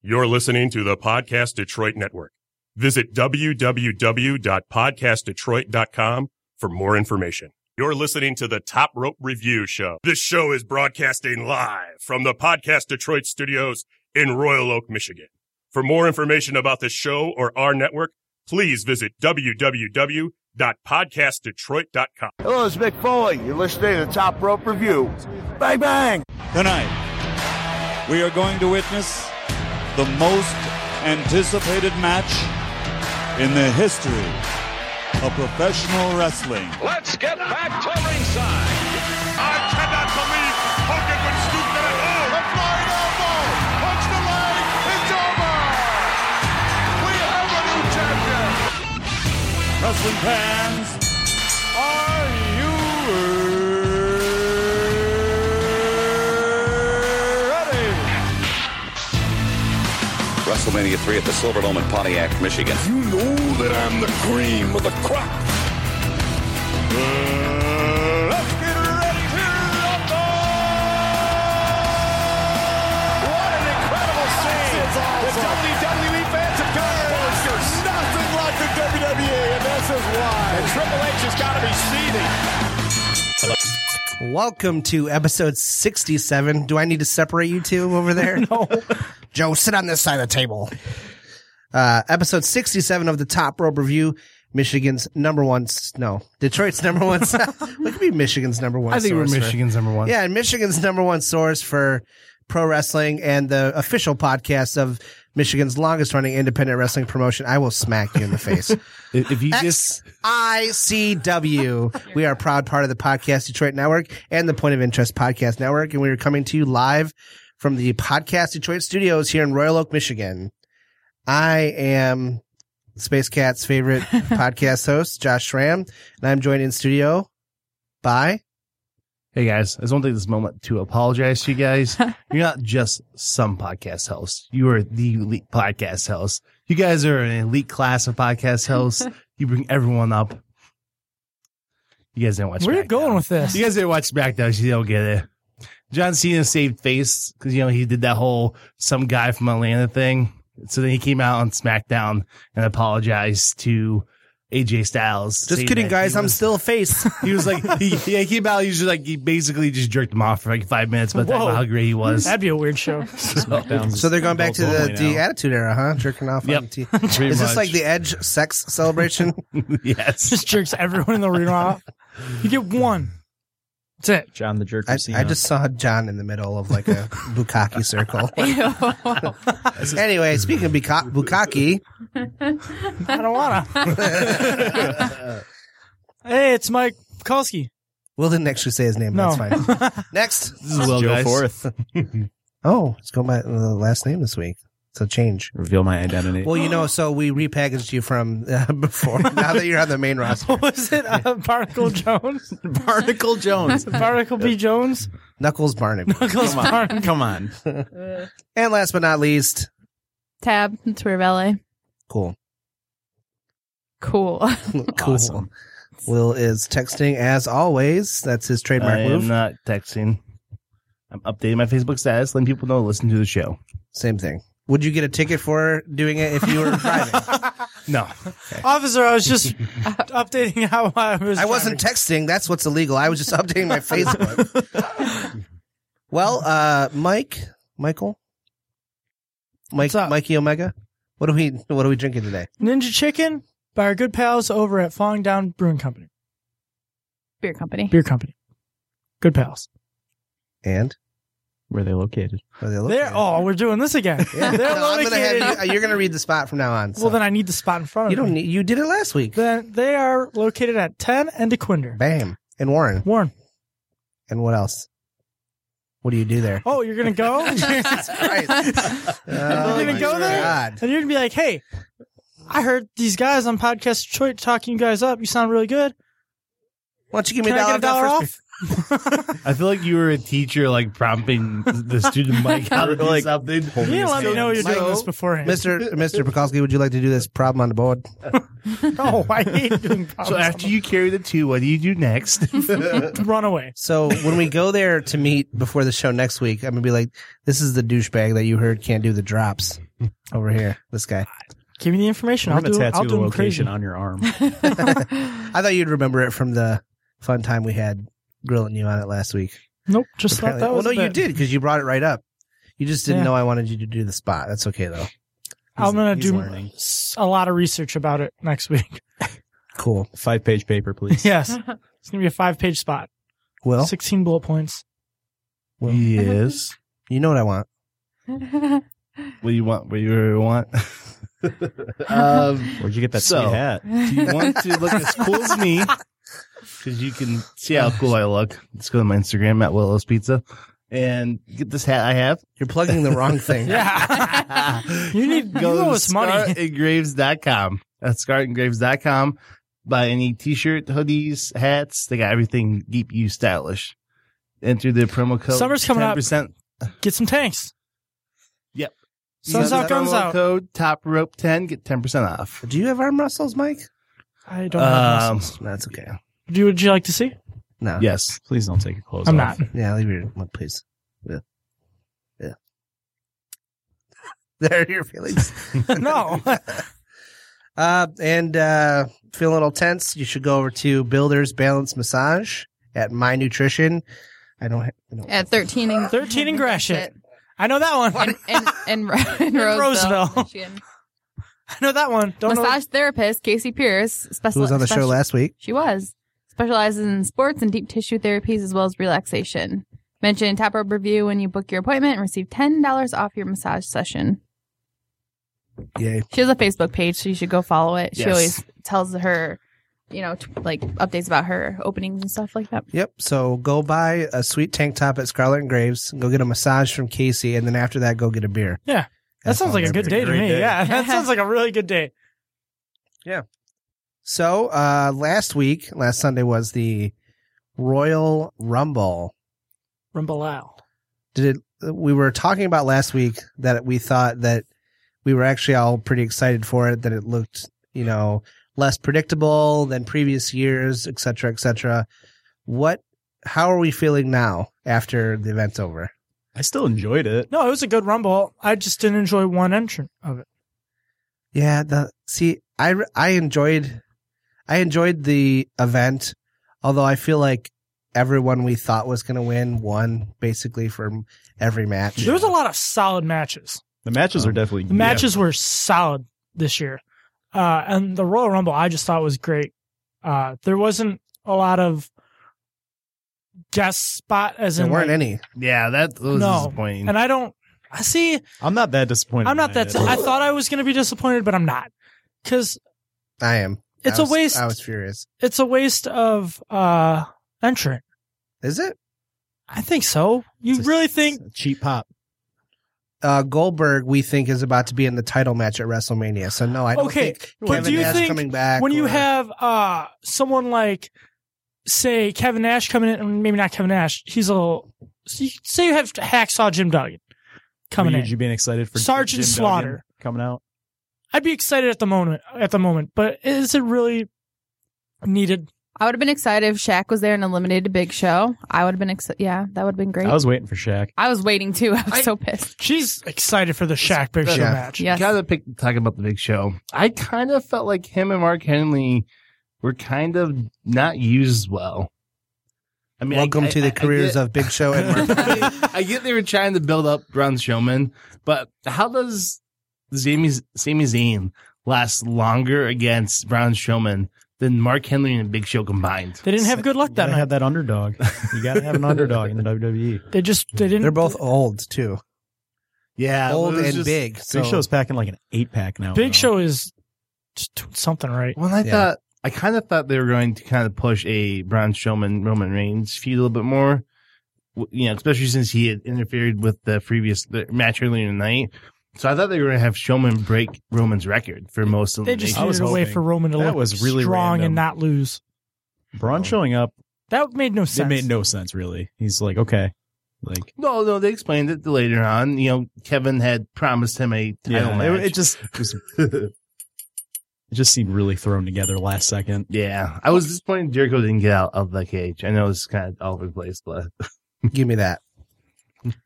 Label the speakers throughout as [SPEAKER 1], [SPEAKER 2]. [SPEAKER 1] You're listening to the Podcast Detroit Network. Visit www.podcastdetroit.com for more information. You're listening to the Top Rope Review Show. This show is broadcasting live from the Podcast Detroit studios in Royal Oak, Michigan. For more information about this show or our network, please visit www.podcastdetroit.com.
[SPEAKER 2] Hello, it's Mick Foley. You're listening to the Top Rope Review. Bang, bang.
[SPEAKER 3] Tonight, we are going to witness the most anticipated match in the history of professional wrestling.
[SPEAKER 4] Let's get back to ringside.
[SPEAKER 5] I cannot believe Hogan would stoop to that. Oh, a flying elbow. Punch the leg. It's over. We have a new champion.
[SPEAKER 3] Wrestling fans, are you ready?
[SPEAKER 6] WrestleMania 3 at the Silverdome in Pontiac, Michigan.
[SPEAKER 5] You know that I'm the cream of the crop. Uh, Let's get ready to rumble! What an incredible scene! The WWE fans have got it. There's nothing like the WWE, and this is why. And Triple H has got to be seething.
[SPEAKER 7] Welcome to episode 67. Do I need to separate you two over there? no. Joe, sit on this side of the table. Uh, episode 67 of the Top Rope Review, Michigan's number one, s- no, Detroit's number one. s- we could be Michigan's number one.
[SPEAKER 8] I think we're
[SPEAKER 7] source for-
[SPEAKER 8] Michigan's number one.
[SPEAKER 7] yeah, and Michigan's number one source for pro wrestling and the official podcast of Michigan's longest running independent wrestling promotion. I will smack you in the face.
[SPEAKER 8] If, if you just
[SPEAKER 7] XICW. we are a proud part of the Podcast Detroit Network and the Point of Interest Podcast Network, and we are coming to you live from the Podcast Detroit studios here in Royal Oak, Michigan. I am Space Cat's favorite podcast host, Josh Schramm, and I'm joined in studio by
[SPEAKER 8] hey guys, I just want to take this moment to apologize to you guys. You're not just some podcast host. You are the elite podcast host. You guys are an elite class of podcast hosts. you bring everyone up. You guys didn't watch.
[SPEAKER 9] Where are you
[SPEAKER 8] SmackDown.
[SPEAKER 9] going with this?
[SPEAKER 8] You guys didn't watch SmackDown. so You don't get it. John Cena saved face because you know he did that whole some guy from Atlanta thing. So then he came out on SmackDown and apologized to AJ Styles.
[SPEAKER 7] Just
[SPEAKER 8] saying
[SPEAKER 7] kidding,
[SPEAKER 8] that
[SPEAKER 7] guys.
[SPEAKER 8] he
[SPEAKER 7] I'm
[SPEAKER 8] was-
[SPEAKER 7] still a face.
[SPEAKER 8] He was like, he, yeah, he came out. He was just like, he basically just jerked him off for like five minutes, but about
[SPEAKER 9] Whoa.
[SPEAKER 8] how great he was.
[SPEAKER 9] That'd be a weird show.
[SPEAKER 7] so they're going back to the, the Attitude Era, huh? Jerking off
[SPEAKER 8] Yep.
[SPEAKER 7] on T.
[SPEAKER 8] Pretty
[SPEAKER 7] Is this
[SPEAKER 8] much.
[SPEAKER 7] like the Edge sex celebration?
[SPEAKER 8] yes.
[SPEAKER 9] Just jerks everyone in the arena off. You get one. That's it.
[SPEAKER 10] John the Jerk.
[SPEAKER 7] I, I just saw John in the middle of like a bukkake circle. anyway, speaking of buka- bukkake,
[SPEAKER 9] I don't wanna. hey, it's Mike Kalski.
[SPEAKER 7] Will didn't actually say his name.
[SPEAKER 9] No.
[SPEAKER 7] That's fine. Next.
[SPEAKER 8] This is Will,
[SPEAKER 10] Joe
[SPEAKER 8] guys.
[SPEAKER 10] Forth.
[SPEAKER 7] Oh, it's going by the last name this week. So change.
[SPEAKER 10] Reveal my identity.
[SPEAKER 7] Well, you know, so we repackaged you from uh, before. Now that you're on the main roster,
[SPEAKER 9] Was it uh, Barnacle Jones?
[SPEAKER 10] Barnacle Jones.
[SPEAKER 9] Barnacle B. Jones?
[SPEAKER 7] Knuckles Barnaby.
[SPEAKER 9] Knuckles
[SPEAKER 10] Come on.
[SPEAKER 9] Barnacle.
[SPEAKER 10] Come on.
[SPEAKER 7] And last but not least,
[SPEAKER 11] Tab Torvelli.
[SPEAKER 7] cool.
[SPEAKER 11] Cool.
[SPEAKER 7] Cool.
[SPEAKER 10] Awesome.
[SPEAKER 7] Will is texting as always. That's his trademark
[SPEAKER 8] I
[SPEAKER 7] move.
[SPEAKER 8] am not texting. I'm updating my Facebook status, letting people know to listen to the show.
[SPEAKER 7] Same thing. Would you get a ticket for doing it if you were driving?
[SPEAKER 8] No.
[SPEAKER 9] Officer, I was just updating how I was.
[SPEAKER 7] I wasn't
[SPEAKER 9] driving.
[SPEAKER 7] texting. That's what's illegal. I was just updating my Facebook. well, uh, Mike, Michael, Mike,
[SPEAKER 9] What's up?
[SPEAKER 7] Mikey Omega. What are we? What are we drinking today?
[SPEAKER 9] Ninja Chicken by our good pals over at Falling Down Brewing Company.
[SPEAKER 11] Beer company.
[SPEAKER 9] Beer Company. Good pals.
[SPEAKER 7] And
[SPEAKER 10] Where they located?
[SPEAKER 7] what are they looking
[SPEAKER 9] They're,
[SPEAKER 7] at?
[SPEAKER 9] oh, we're doing this again.
[SPEAKER 7] Yeah.
[SPEAKER 9] They're
[SPEAKER 7] No, I'm gonna have
[SPEAKER 9] located.
[SPEAKER 7] you, you're gonna read the spot from now on. so.
[SPEAKER 9] well, then I need the spot in front of
[SPEAKER 7] you
[SPEAKER 9] me.
[SPEAKER 7] don't. Need, you did it last week.
[SPEAKER 9] Then they are located at 10 and DeQuinder.
[SPEAKER 7] Bam and Warren
[SPEAKER 9] Warren.
[SPEAKER 7] and what else? What do you do there?
[SPEAKER 9] Oh, you're gonna go? you're
[SPEAKER 7] Oh,
[SPEAKER 9] gonna
[SPEAKER 7] my
[SPEAKER 9] go there?
[SPEAKER 7] God.
[SPEAKER 9] And you're gonna be like, hey, I heard these guys on Podcast Detroit talking you guys up. You sound really good.
[SPEAKER 7] Why don't you give me
[SPEAKER 9] Can
[SPEAKER 7] a dollar,
[SPEAKER 9] I get a dollar
[SPEAKER 7] off?
[SPEAKER 9] off?
[SPEAKER 8] I feel like you were a teacher, like prompting the student Mike how to do
[SPEAKER 7] Like,
[SPEAKER 8] something.
[SPEAKER 7] holding You his let me hand. know you're doing this
[SPEAKER 9] beforehand.
[SPEAKER 7] Mr. Mr. Pekulski, would you like to do this problem on the board?
[SPEAKER 9] no, Oh, I hate doing
[SPEAKER 8] So after you carry the two, what do you do next?
[SPEAKER 9] Run away.
[SPEAKER 7] So when we go there to meet before the show next week, I'm gonna be like, "This is the douchebag that you heard can't do the drops over here. This guy."
[SPEAKER 9] Give me the information.
[SPEAKER 10] I'm
[SPEAKER 9] I'll
[SPEAKER 10] gonna
[SPEAKER 9] do.
[SPEAKER 10] tattoo
[SPEAKER 9] I'll
[SPEAKER 10] the
[SPEAKER 9] do them
[SPEAKER 10] location
[SPEAKER 9] crazy.
[SPEAKER 10] on your arm.
[SPEAKER 7] I thought you'd remember it from the fun time we had grilling you on it last week.
[SPEAKER 9] Nope, just thought
[SPEAKER 7] Apparently-
[SPEAKER 9] that was.
[SPEAKER 7] well, no,
[SPEAKER 9] the-
[SPEAKER 7] you did because you brought it right up. You just didn't
[SPEAKER 9] Yeah.
[SPEAKER 7] know I wanted you to do the spot. That's okay though.
[SPEAKER 9] I'm gonna
[SPEAKER 10] he's
[SPEAKER 9] do
[SPEAKER 10] learning.
[SPEAKER 9] s- a lot of research about it next week.
[SPEAKER 7] Cool.
[SPEAKER 10] Five page paper, please.
[SPEAKER 9] yes, it's gonna be a five page spot.
[SPEAKER 7] Well,
[SPEAKER 9] Sixteen bullet points.
[SPEAKER 7] well
[SPEAKER 8] yes.
[SPEAKER 7] you know what I want.
[SPEAKER 8] What do you want? What do you want? um,
[SPEAKER 10] Where'd you get that
[SPEAKER 8] So-
[SPEAKER 10] sweet hat?
[SPEAKER 8] do you want to look as cool as me? Because you can see how cool I look. Let's go to my Instagram at Willow's Pizza and get this hat I have.
[SPEAKER 7] You're plugging the wrong thing.
[SPEAKER 9] Yeah, you need you owe us money.
[SPEAKER 8] scartandgraves.com. That's scartandgraves.com. Buy any t shirt, hoodies, hats. They got everything keep you stylish. Enter the promo code.
[SPEAKER 9] Summer's coming up.
[SPEAKER 8] 10%.
[SPEAKER 9] Get some tanks.
[SPEAKER 8] Yep.
[SPEAKER 9] Sun's
[SPEAKER 8] Use
[SPEAKER 9] out,
[SPEAKER 8] the
[SPEAKER 9] guns
[SPEAKER 8] promo
[SPEAKER 9] out.
[SPEAKER 8] Code top rope 10, get 10% off.
[SPEAKER 7] Do you have arm wrestles, Mike?
[SPEAKER 9] I don't have muscles.
[SPEAKER 7] That's okay.
[SPEAKER 9] Do you- Would you like to see?
[SPEAKER 7] No.
[SPEAKER 8] yes.
[SPEAKER 10] Please don't take your clothes
[SPEAKER 9] I'm
[SPEAKER 10] off.
[SPEAKER 9] not.
[SPEAKER 7] Yeah, leave your look, please. Yeah. Yeah. there are your feelings.
[SPEAKER 9] no.
[SPEAKER 7] Uh, and uh, feeling a little tense, you should go over to Builders Balance Massage at My Nutrition. I don't. Ha- I don't
[SPEAKER 11] At 13 and
[SPEAKER 9] 13 and Gratiot. I know that one.
[SPEAKER 11] And, and, and, Ro- in
[SPEAKER 9] In
[SPEAKER 11] Roseville.
[SPEAKER 9] Roseville.
[SPEAKER 11] Michigan.
[SPEAKER 9] I know that one. Don't know.
[SPEAKER 11] Massage therapist Casey Pierce. Special-
[SPEAKER 7] who was on the show
[SPEAKER 11] special-
[SPEAKER 7] last week?
[SPEAKER 11] She was. Specializes in sports and deep tissue therapies as well as relaxation. Mention Top Rope Review when you book your appointment and receive $10 off your massage session.
[SPEAKER 7] Yay!
[SPEAKER 11] She has a Facebook page, so you should go follow it. She
[SPEAKER 8] Yes.
[SPEAKER 11] always tells her, you know, t- like updates about her openings and stuff like that.
[SPEAKER 7] Yep. So go buy a sweet tank top at Scarlet and Graves. Go get a massage from Casey, and then after that, go get a beer.
[SPEAKER 9] Yeah. That
[SPEAKER 7] That's
[SPEAKER 9] sounds
[SPEAKER 7] all
[SPEAKER 9] like a
[SPEAKER 7] there
[SPEAKER 9] good
[SPEAKER 7] is.
[SPEAKER 9] day to
[SPEAKER 10] Great
[SPEAKER 9] me.
[SPEAKER 10] day.
[SPEAKER 9] Yeah, that sounds like a really good day.
[SPEAKER 7] So uh, last week, last Sunday was the Royal Rumble.
[SPEAKER 9] Rumble out.
[SPEAKER 7] did it, we were talking about last week that we thought that we were actually all pretty excited for it that it looked you know less predictable than previous years et cetera et cetera what how are we feeling now after the event's over
[SPEAKER 10] I still enjoyed it.
[SPEAKER 9] No, it was a good rumble. I just didn't enjoy one entrant of it.
[SPEAKER 7] yeah the see i re- i enjoyed i enjoyed the event although i feel like everyone we thought was going to win won basically from every match
[SPEAKER 9] There was a lot of solid matches.
[SPEAKER 10] Oh. The matches are definitely
[SPEAKER 9] The matches were solid this year. Uh, and the Royal Rumble, I just thought was great. Uh, there wasn't a lot of guest spot as
[SPEAKER 7] there
[SPEAKER 9] in
[SPEAKER 7] weren't
[SPEAKER 9] like-
[SPEAKER 7] any
[SPEAKER 8] Yeah, that was
[SPEAKER 9] No.
[SPEAKER 8] disappointing.
[SPEAKER 9] and I don't. I see.
[SPEAKER 10] I'm not that disappointed.
[SPEAKER 9] I'm not
[SPEAKER 10] when I
[SPEAKER 9] that.
[SPEAKER 10] did.
[SPEAKER 9] I thought I was going to be disappointed, but I'm not because
[SPEAKER 7] i am I
[SPEAKER 9] It's a
[SPEAKER 7] was-
[SPEAKER 9] waste.
[SPEAKER 7] i was furious
[SPEAKER 9] it's a waste of uh entrant.
[SPEAKER 7] is it
[SPEAKER 9] I think so. You
[SPEAKER 10] It's a-
[SPEAKER 9] really think?
[SPEAKER 10] it's a cheap pop?
[SPEAKER 7] uh, Goldberg, we think, is about to be in the title match at WrestleMania. So no, I don't
[SPEAKER 9] Okay,
[SPEAKER 7] think
[SPEAKER 9] but
[SPEAKER 7] Kevin
[SPEAKER 9] do you
[SPEAKER 7] Nash
[SPEAKER 9] think
[SPEAKER 7] coming back.
[SPEAKER 9] when you
[SPEAKER 7] or-
[SPEAKER 9] have uh someone like say Kevin Nash coming in, and maybe not Kevin Nash, he's a little. so you- Say you have Hacksaw Jim Duggan coming
[SPEAKER 10] Were you-
[SPEAKER 9] in.
[SPEAKER 10] you being excited for Jim
[SPEAKER 9] Sergeant
[SPEAKER 10] Duggan
[SPEAKER 9] Slaughter.
[SPEAKER 10] coming out?
[SPEAKER 9] I'd be excited at the moment. At the moment, but is it really needed?
[SPEAKER 11] I would have been excited if Shaq was there and eliminated a big show. I would have been excited. Yeah, that would have been great.
[SPEAKER 10] I was waiting for Shaq.
[SPEAKER 11] waiting too. I was
[SPEAKER 9] I-
[SPEAKER 11] so pissed.
[SPEAKER 9] She's excited for the Shaq Big Show
[SPEAKER 7] Yeah.
[SPEAKER 9] match.
[SPEAKER 11] Yes.
[SPEAKER 8] kind of pick, talking about the big show. I kind of felt like him and Mark Henley were kind of not used well. I mean, I-
[SPEAKER 7] welcome
[SPEAKER 8] I-
[SPEAKER 7] to
[SPEAKER 8] I-
[SPEAKER 7] the
[SPEAKER 8] I
[SPEAKER 7] careers
[SPEAKER 8] get-
[SPEAKER 7] of Big Show and Mark.
[SPEAKER 8] I get they were trying to build up Braun Strowman, but how does Sami Sami Zayn last longer against Braun Strowman than Mark Henley and Big Show combined?
[SPEAKER 9] They didn't have good luck that
[SPEAKER 10] I
[SPEAKER 9] night.
[SPEAKER 10] had that underdog. You gotta have an underdog in the E. WWE.
[SPEAKER 9] They just they didn't.
[SPEAKER 7] They're both old too,
[SPEAKER 8] Yeah, it
[SPEAKER 7] old
[SPEAKER 8] was
[SPEAKER 7] and
[SPEAKER 8] just-
[SPEAKER 7] big. So
[SPEAKER 10] Big Show's packing like an eight pack now.
[SPEAKER 9] Big
[SPEAKER 10] though.
[SPEAKER 9] Show is just doing something right.
[SPEAKER 8] Well, I
[SPEAKER 7] Yeah.
[SPEAKER 8] thought I kind of thought they were going to kind of push a Braun Strowman Roman Reigns feud a little bit more. W- You know, especially since he had interfered with the previous the match earlier in the night. So I thought they were going to have Strowman break Roman's record for most of
[SPEAKER 9] They
[SPEAKER 8] the
[SPEAKER 9] just
[SPEAKER 10] I
[SPEAKER 9] needed
[SPEAKER 10] was
[SPEAKER 9] a way
[SPEAKER 10] hoping.
[SPEAKER 9] for Roman to
[SPEAKER 10] That
[SPEAKER 9] look
[SPEAKER 10] was really
[SPEAKER 9] strong
[SPEAKER 10] random.
[SPEAKER 9] and not lose.
[SPEAKER 10] Braun showing up
[SPEAKER 9] That made no sense.
[SPEAKER 10] It made no Oh. sense really. He's like, okay, like
[SPEAKER 8] No, no, they explained it later on. You know, Kevin had promised him a title
[SPEAKER 10] yeah,
[SPEAKER 8] match.
[SPEAKER 10] it, it just it, was, it just seemed really thrown together last second.
[SPEAKER 8] yeah, I was disappointed Jericho didn't get out of the cage. I know it's kind of all over the place, but
[SPEAKER 7] Give me that.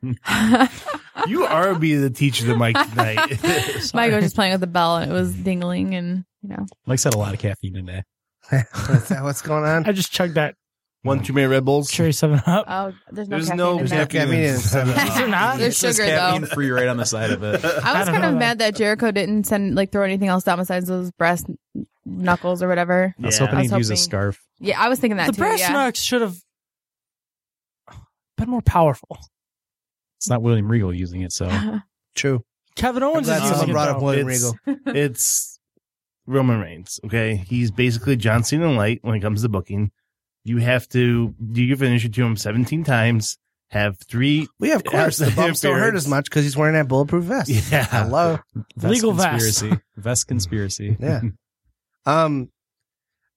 [SPEAKER 8] you are being the teacher to Mike tonight.
[SPEAKER 11] Mike was just playing with the bell and it was dingling and you know.
[SPEAKER 10] Mike's had a lot of caffeine today.
[SPEAKER 7] Is that what's going on?
[SPEAKER 9] I just chugged that
[SPEAKER 8] One too many Red Bulls.
[SPEAKER 9] cherry seven up.
[SPEAKER 11] Oh, there's no
[SPEAKER 8] There's no
[SPEAKER 11] caffeine in that.
[SPEAKER 7] I mean, it's-
[SPEAKER 9] Is there not?
[SPEAKER 11] There's
[SPEAKER 10] It says
[SPEAKER 11] sugar, though.
[SPEAKER 10] caffeine free right on the side of it.
[SPEAKER 11] I
[SPEAKER 9] I
[SPEAKER 11] was
[SPEAKER 9] don't
[SPEAKER 11] kind of
[SPEAKER 9] know.
[SPEAKER 11] mad that Jericho didn't send like throw anything else down besides those brass kn- knuckles or whatever.
[SPEAKER 10] I was
[SPEAKER 8] Yeah.
[SPEAKER 10] hoping
[SPEAKER 11] I
[SPEAKER 10] he'd
[SPEAKER 11] was
[SPEAKER 10] use a
[SPEAKER 11] hoping-
[SPEAKER 10] scarf.
[SPEAKER 11] Yeah, I was thinking that
[SPEAKER 9] the
[SPEAKER 11] too.
[SPEAKER 9] brass
[SPEAKER 11] yeah.
[SPEAKER 9] knucks should have been more powerful.
[SPEAKER 10] It's not William Regal using it, so
[SPEAKER 7] True.
[SPEAKER 9] Kevin
[SPEAKER 7] I'm
[SPEAKER 9] Owens
[SPEAKER 7] glad
[SPEAKER 9] is
[SPEAKER 7] someone
[SPEAKER 9] using it.
[SPEAKER 7] brought up
[SPEAKER 9] though.
[SPEAKER 7] William
[SPEAKER 8] It's-
[SPEAKER 7] Regal.
[SPEAKER 8] it's Roman Reigns. Okay, he's basically John Cena light when it comes to booking. You have to do your finisher to him seventeen times. Have three.
[SPEAKER 7] Well, yeah, of course. The
[SPEAKER 8] Absolute
[SPEAKER 7] bumps don't hurt
[SPEAKER 8] appearance.
[SPEAKER 7] as much because he's wearing that bulletproof vest.
[SPEAKER 8] Yeah.
[SPEAKER 7] Hello.
[SPEAKER 10] vest
[SPEAKER 9] Legal vest.
[SPEAKER 10] conspiracy. Vest conspiracy.
[SPEAKER 7] Yeah. Um,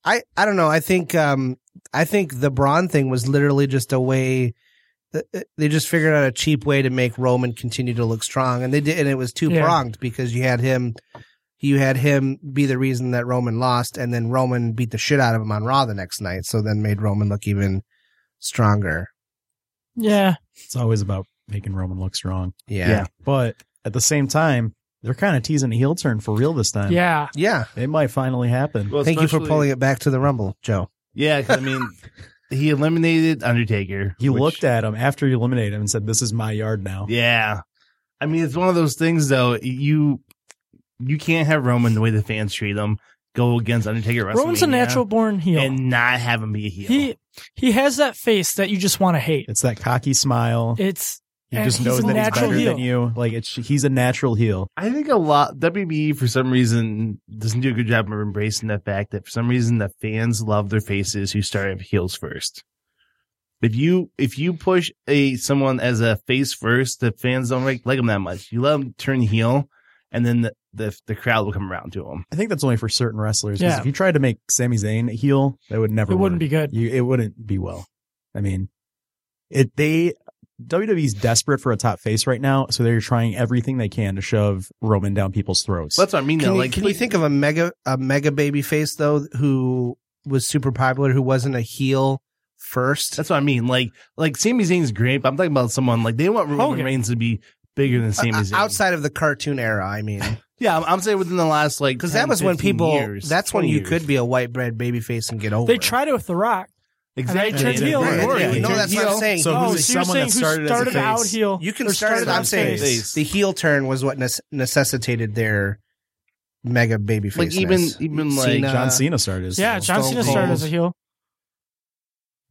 [SPEAKER 7] I I don't know. I think um I think the Braun thing was literally just a way. th- th- They just figured out a cheap way to make Roman continue to look strong, and they did, and it was two
[SPEAKER 9] Yeah.
[SPEAKER 7] pronged because you had him, you had him be the reason that Roman lost, and then Roman beat the shit out of him on Raw the next night, so then made Roman look even stronger.
[SPEAKER 9] Yeah,
[SPEAKER 10] It's always about making Roman look strong.
[SPEAKER 7] Yeah, yeah.
[SPEAKER 10] But at the same time, they're kind of teasing a heel turn for real this time.
[SPEAKER 9] yeah.
[SPEAKER 10] It might finally happen.
[SPEAKER 8] Well,
[SPEAKER 7] Thank you for pulling it back to the Rumble, Joe.
[SPEAKER 8] Yeah, 'cause, I mean, he eliminated Undertaker.
[SPEAKER 10] He
[SPEAKER 8] which-
[SPEAKER 10] looked at him after you eliminated him and said, This is my yard now.
[SPEAKER 8] Yeah, I mean, it's one of those things though. You you can't have Roman the way the fans treat him go against Undertaker. at
[SPEAKER 9] Roman's a
[SPEAKER 8] WrestleMania
[SPEAKER 9] natural born heel.
[SPEAKER 8] and not have him be a heel.
[SPEAKER 9] he he has that face that you just want to hate.
[SPEAKER 10] It's that cocky smile.
[SPEAKER 9] It's
[SPEAKER 10] You
[SPEAKER 9] and
[SPEAKER 10] just
[SPEAKER 9] he's
[SPEAKER 10] know
[SPEAKER 9] a
[SPEAKER 10] that he's
[SPEAKER 9] natural
[SPEAKER 10] better
[SPEAKER 9] heel.
[SPEAKER 10] than you. Like it's he's a natural heel.
[SPEAKER 8] I think a lot WBE for some reason doesn't do a good job of embracing that fact that for some reason the fans love their faces who start at heels first. If you if you push a someone as a face first, the fans don't like, like them that much. You let them turn heel, and then the, the the crowd will come around to them.
[SPEAKER 10] I think that's only for certain wrestlers. 'cause
[SPEAKER 9] Yeah.
[SPEAKER 10] If you tried to make Sami Zayn a heel, that would never.
[SPEAKER 9] It wouldn't
[SPEAKER 10] work.
[SPEAKER 9] be good.
[SPEAKER 10] You, it wouldn't be well. I mean, it. They WWE's desperate for a top face right now, so they're trying everything they can to shove Roman down people's throats.
[SPEAKER 8] That's what I mean.
[SPEAKER 7] Can,
[SPEAKER 8] though.
[SPEAKER 7] you,
[SPEAKER 8] like,
[SPEAKER 7] can you think of a mega a mega baby face though who was super popular who wasn't a heel first?
[SPEAKER 8] That's what I mean. Like like Sami Zayn's great, but I'm talking about someone like they want Roman
[SPEAKER 9] Hogan.
[SPEAKER 8] Reigns to be bigger than Sami
[SPEAKER 7] Uh, uh,
[SPEAKER 8] Zayn.
[SPEAKER 7] outside of the cartoon era, I mean,
[SPEAKER 8] yeah, I'm, I'm saying within the last like
[SPEAKER 7] because
[SPEAKER 8] 10,
[SPEAKER 7] that was when
[SPEAKER 8] 15
[SPEAKER 7] people.
[SPEAKER 8] years,
[SPEAKER 7] that's when
[SPEAKER 8] 20
[SPEAKER 7] you
[SPEAKER 8] years.
[SPEAKER 7] could be a white bread baby face and get over.
[SPEAKER 9] They
[SPEAKER 7] it.
[SPEAKER 9] tried it with The Rock.
[SPEAKER 8] exactly.
[SPEAKER 9] turned
[SPEAKER 8] Yeah,
[SPEAKER 9] heel.
[SPEAKER 8] yeah,
[SPEAKER 9] It worked.
[SPEAKER 8] yeah,
[SPEAKER 9] No,
[SPEAKER 8] yeah.
[SPEAKER 7] that's what I'm
[SPEAKER 8] Heel.
[SPEAKER 7] saying.
[SPEAKER 10] So
[SPEAKER 9] oh,
[SPEAKER 10] who's
[SPEAKER 9] so you're
[SPEAKER 10] someone that
[SPEAKER 9] saying
[SPEAKER 10] started
[SPEAKER 9] who
[SPEAKER 10] as a
[SPEAKER 9] started out
[SPEAKER 10] face?
[SPEAKER 9] heel?
[SPEAKER 7] You can
[SPEAKER 9] or
[SPEAKER 7] start.
[SPEAKER 9] started
[SPEAKER 7] it-
[SPEAKER 9] out
[SPEAKER 7] I'm saying
[SPEAKER 9] face.
[SPEAKER 7] the heel turn was what nes- necessitated their mega baby
[SPEAKER 8] Like
[SPEAKER 7] face.
[SPEAKER 8] even even like
[SPEAKER 7] Cena.
[SPEAKER 10] John Cena started. as
[SPEAKER 9] Yeah,
[SPEAKER 10] heel.
[SPEAKER 9] John
[SPEAKER 7] Stone
[SPEAKER 9] Cena started
[SPEAKER 7] Cold.
[SPEAKER 9] as a heel.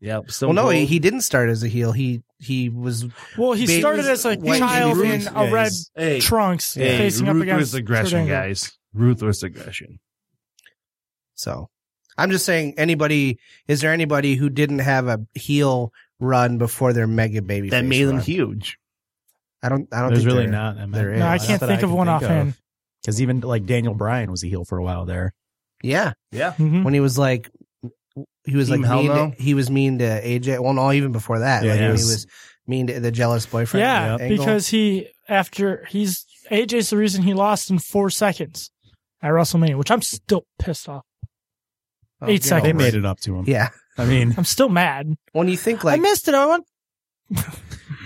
[SPEAKER 8] Yep. So
[SPEAKER 7] Well, no, he, he didn't start as a heel. He he was
[SPEAKER 9] Well, he
[SPEAKER 7] Baby-
[SPEAKER 9] started as a
[SPEAKER 7] White
[SPEAKER 9] child
[SPEAKER 7] Ruth
[SPEAKER 9] in
[SPEAKER 7] is-
[SPEAKER 9] a oh, red
[SPEAKER 8] hey,
[SPEAKER 9] trunks
[SPEAKER 8] hey,
[SPEAKER 9] facing up
[SPEAKER 8] ruthless
[SPEAKER 9] against
[SPEAKER 8] aggression,
[SPEAKER 9] Kurt Angle.
[SPEAKER 8] guys. Ruthless aggression.
[SPEAKER 7] So I'm just saying, anybody, is there anybody who didn't have a heel run before their mega baby
[SPEAKER 8] That
[SPEAKER 7] face
[SPEAKER 8] made him
[SPEAKER 7] run?
[SPEAKER 8] huge.
[SPEAKER 7] I don't, I don't
[SPEAKER 10] There's
[SPEAKER 7] think
[SPEAKER 10] really
[SPEAKER 7] they're-
[SPEAKER 10] not. that
[SPEAKER 7] there
[SPEAKER 10] many.
[SPEAKER 7] is. No, I
[SPEAKER 10] Not
[SPEAKER 9] can't
[SPEAKER 10] that
[SPEAKER 9] think of
[SPEAKER 10] can
[SPEAKER 9] one offhand.
[SPEAKER 10] Because even like Daniel Bryan was a heel for a while there.
[SPEAKER 7] Yeah.
[SPEAKER 8] Yeah.
[SPEAKER 9] Mhm.
[SPEAKER 7] When he was like, he was
[SPEAKER 8] Hmm. Team
[SPEAKER 7] like,
[SPEAKER 8] Hell
[SPEAKER 7] mean
[SPEAKER 8] No?
[SPEAKER 7] to, he was mean to AJ. Well, no, even before that,
[SPEAKER 10] Yeah,
[SPEAKER 7] like,
[SPEAKER 10] he
[SPEAKER 7] when he
[SPEAKER 10] was-
[SPEAKER 7] was mean to the jealous boyfriend.
[SPEAKER 9] Yeah,
[SPEAKER 7] angle.
[SPEAKER 9] because he after he's AJ's the reason he lost in four seconds at WrestleMania, which I'm still pissed off.
[SPEAKER 7] Oh,
[SPEAKER 9] eight
[SPEAKER 7] get
[SPEAKER 9] seconds.
[SPEAKER 10] They
[SPEAKER 7] over
[SPEAKER 10] made it up to him.
[SPEAKER 7] Yeah.
[SPEAKER 10] I mean,
[SPEAKER 9] I'm still mad.
[SPEAKER 7] When you think
[SPEAKER 9] I
[SPEAKER 7] like,
[SPEAKER 9] missed it, Owen.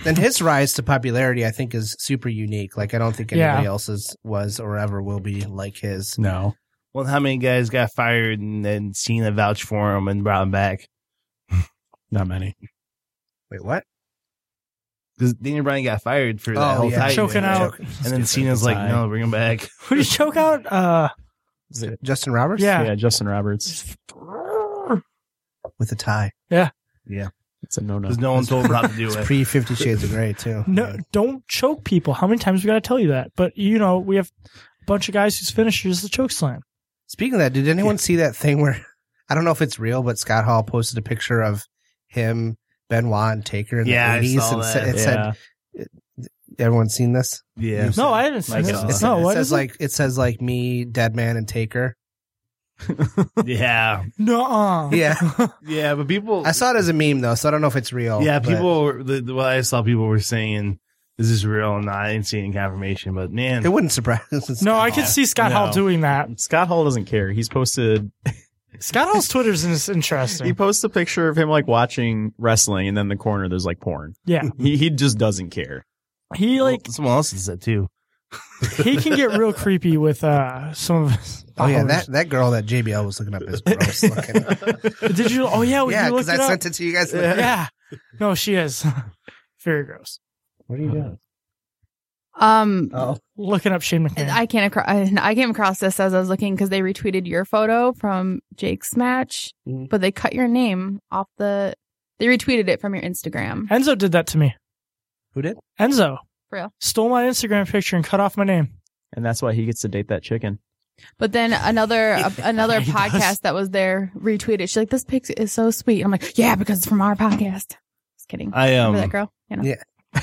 [SPEAKER 7] then his rise to popularity, I think is super unique. Like, I don't think
[SPEAKER 9] Yeah.
[SPEAKER 7] anybody else's was or ever will be like his.
[SPEAKER 10] no.
[SPEAKER 8] Well, how many guys got fired and then Cena vouched for him and brought him back?
[SPEAKER 10] Not many.
[SPEAKER 7] Wait, what?
[SPEAKER 8] Because Daniel Bryan got fired for
[SPEAKER 7] Oh,
[SPEAKER 8] that whole
[SPEAKER 7] yeah.
[SPEAKER 8] tie.
[SPEAKER 9] Choking out.
[SPEAKER 8] And then Cena's like, no, bring him back.
[SPEAKER 9] Who did you choke out? Uh,
[SPEAKER 7] Justin Roberts?
[SPEAKER 9] yeah.
[SPEAKER 10] Yeah, Justin Roberts.
[SPEAKER 7] With a tie.
[SPEAKER 10] It's a no no.
[SPEAKER 8] Because no one told him how to do it.
[SPEAKER 7] Pre Fifty Shades of Grey, too.
[SPEAKER 9] No, don't choke people. How many times we got to tell you that? But you know, we have a bunch of guys whose finisher is the choke slam.
[SPEAKER 7] Speaking of that, did anyone see that thing where I don't know if it's real, but Scott Hall posted a picture of him, Benoit, and Taker in
[SPEAKER 8] Yeah,
[SPEAKER 7] the
[SPEAKER 8] I
[SPEAKER 7] eighties,
[SPEAKER 8] saw
[SPEAKER 7] and sa-
[SPEAKER 8] that.
[SPEAKER 7] it said, "Everyone seen this?"
[SPEAKER 8] Yeah.
[SPEAKER 9] No, I haven't seen
[SPEAKER 8] Like,
[SPEAKER 9] it.
[SPEAKER 8] uh,
[SPEAKER 7] It,
[SPEAKER 9] no,
[SPEAKER 7] it
[SPEAKER 9] what
[SPEAKER 7] says
[SPEAKER 9] is it?
[SPEAKER 7] like it says like me, Deadman, and Taker.
[SPEAKER 8] yeah.
[SPEAKER 9] No.
[SPEAKER 7] Yeah.
[SPEAKER 8] yeah, but people.
[SPEAKER 7] I saw it as a meme though, so I don't know if it's real.
[SPEAKER 8] Yeah,
[SPEAKER 7] but-
[SPEAKER 8] people. Were, the, the, what I saw people were saying, "Is this real?" And I didn't see any confirmation, but man,
[SPEAKER 7] It wouldn't surprise.
[SPEAKER 9] No, I could see Scott Hall doing that.
[SPEAKER 10] Scott Hall doesn't care. He's posted.
[SPEAKER 9] Scott Hall's Twitter's is interesting.
[SPEAKER 10] He posts a picture of him like watching wrestling, and then in the corner there's like porn.
[SPEAKER 9] Yeah.
[SPEAKER 10] he he just doesn't care.
[SPEAKER 9] He like
[SPEAKER 8] someone else does that too.
[SPEAKER 9] he can get real creepy with uh some of his.
[SPEAKER 7] Oh yeah,
[SPEAKER 9] followers.
[SPEAKER 7] that, that girl that JBL was looking up is gross looking.
[SPEAKER 9] Did you? Oh yeah,
[SPEAKER 7] yeah,
[SPEAKER 9] you looked
[SPEAKER 7] because I
[SPEAKER 9] it up?
[SPEAKER 7] sent it to you guys.
[SPEAKER 9] Yeah. No, she is very gross.
[SPEAKER 8] What are you doing?
[SPEAKER 11] Um,
[SPEAKER 9] Looking up Shane McMahon.
[SPEAKER 11] I came across I came across this as I was looking because they retweeted your photo from Jake's match,
[SPEAKER 9] Mhm.
[SPEAKER 11] but they cut your name off the. They retweeted it from your Instagram.
[SPEAKER 9] Enzo did that to me.
[SPEAKER 7] Who did?
[SPEAKER 9] Enzo
[SPEAKER 11] For real.
[SPEAKER 9] stole my Instagram picture and cut off my name.
[SPEAKER 10] And that's why he gets to date that chicken.
[SPEAKER 11] But then another a, another
[SPEAKER 9] He
[SPEAKER 11] podcast
[SPEAKER 9] does.
[SPEAKER 11] that was there retweeted. She's like, "This pic is so sweet." I'm like, "Yeah, because it's from our podcast." Just kidding.
[SPEAKER 8] I, um,
[SPEAKER 11] Remember that girl. You know.
[SPEAKER 7] Yeah.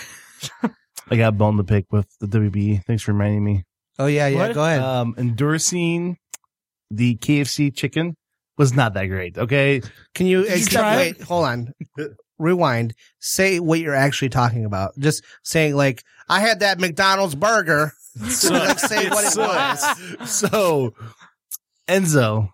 [SPEAKER 8] I got bone to pick with the WB. Thanks for reminding me.
[SPEAKER 7] Oh yeah, yeah.
[SPEAKER 9] What?
[SPEAKER 7] Go ahead.
[SPEAKER 8] Um, endorsing the KFC chicken was not that great. Okay,
[SPEAKER 7] Can you,
[SPEAKER 9] Did you
[SPEAKER 7] except-
[SPEAKER 9] try
[SPEAKER 7] wait? Hold on. Rewind. Say what you're actually talking about. Just saying like I had that McDonald's burger. like, say what it
[SPEAKER 9] uh,
[SPEAKER 7] was.
[SPEAKER 8] so Enzo,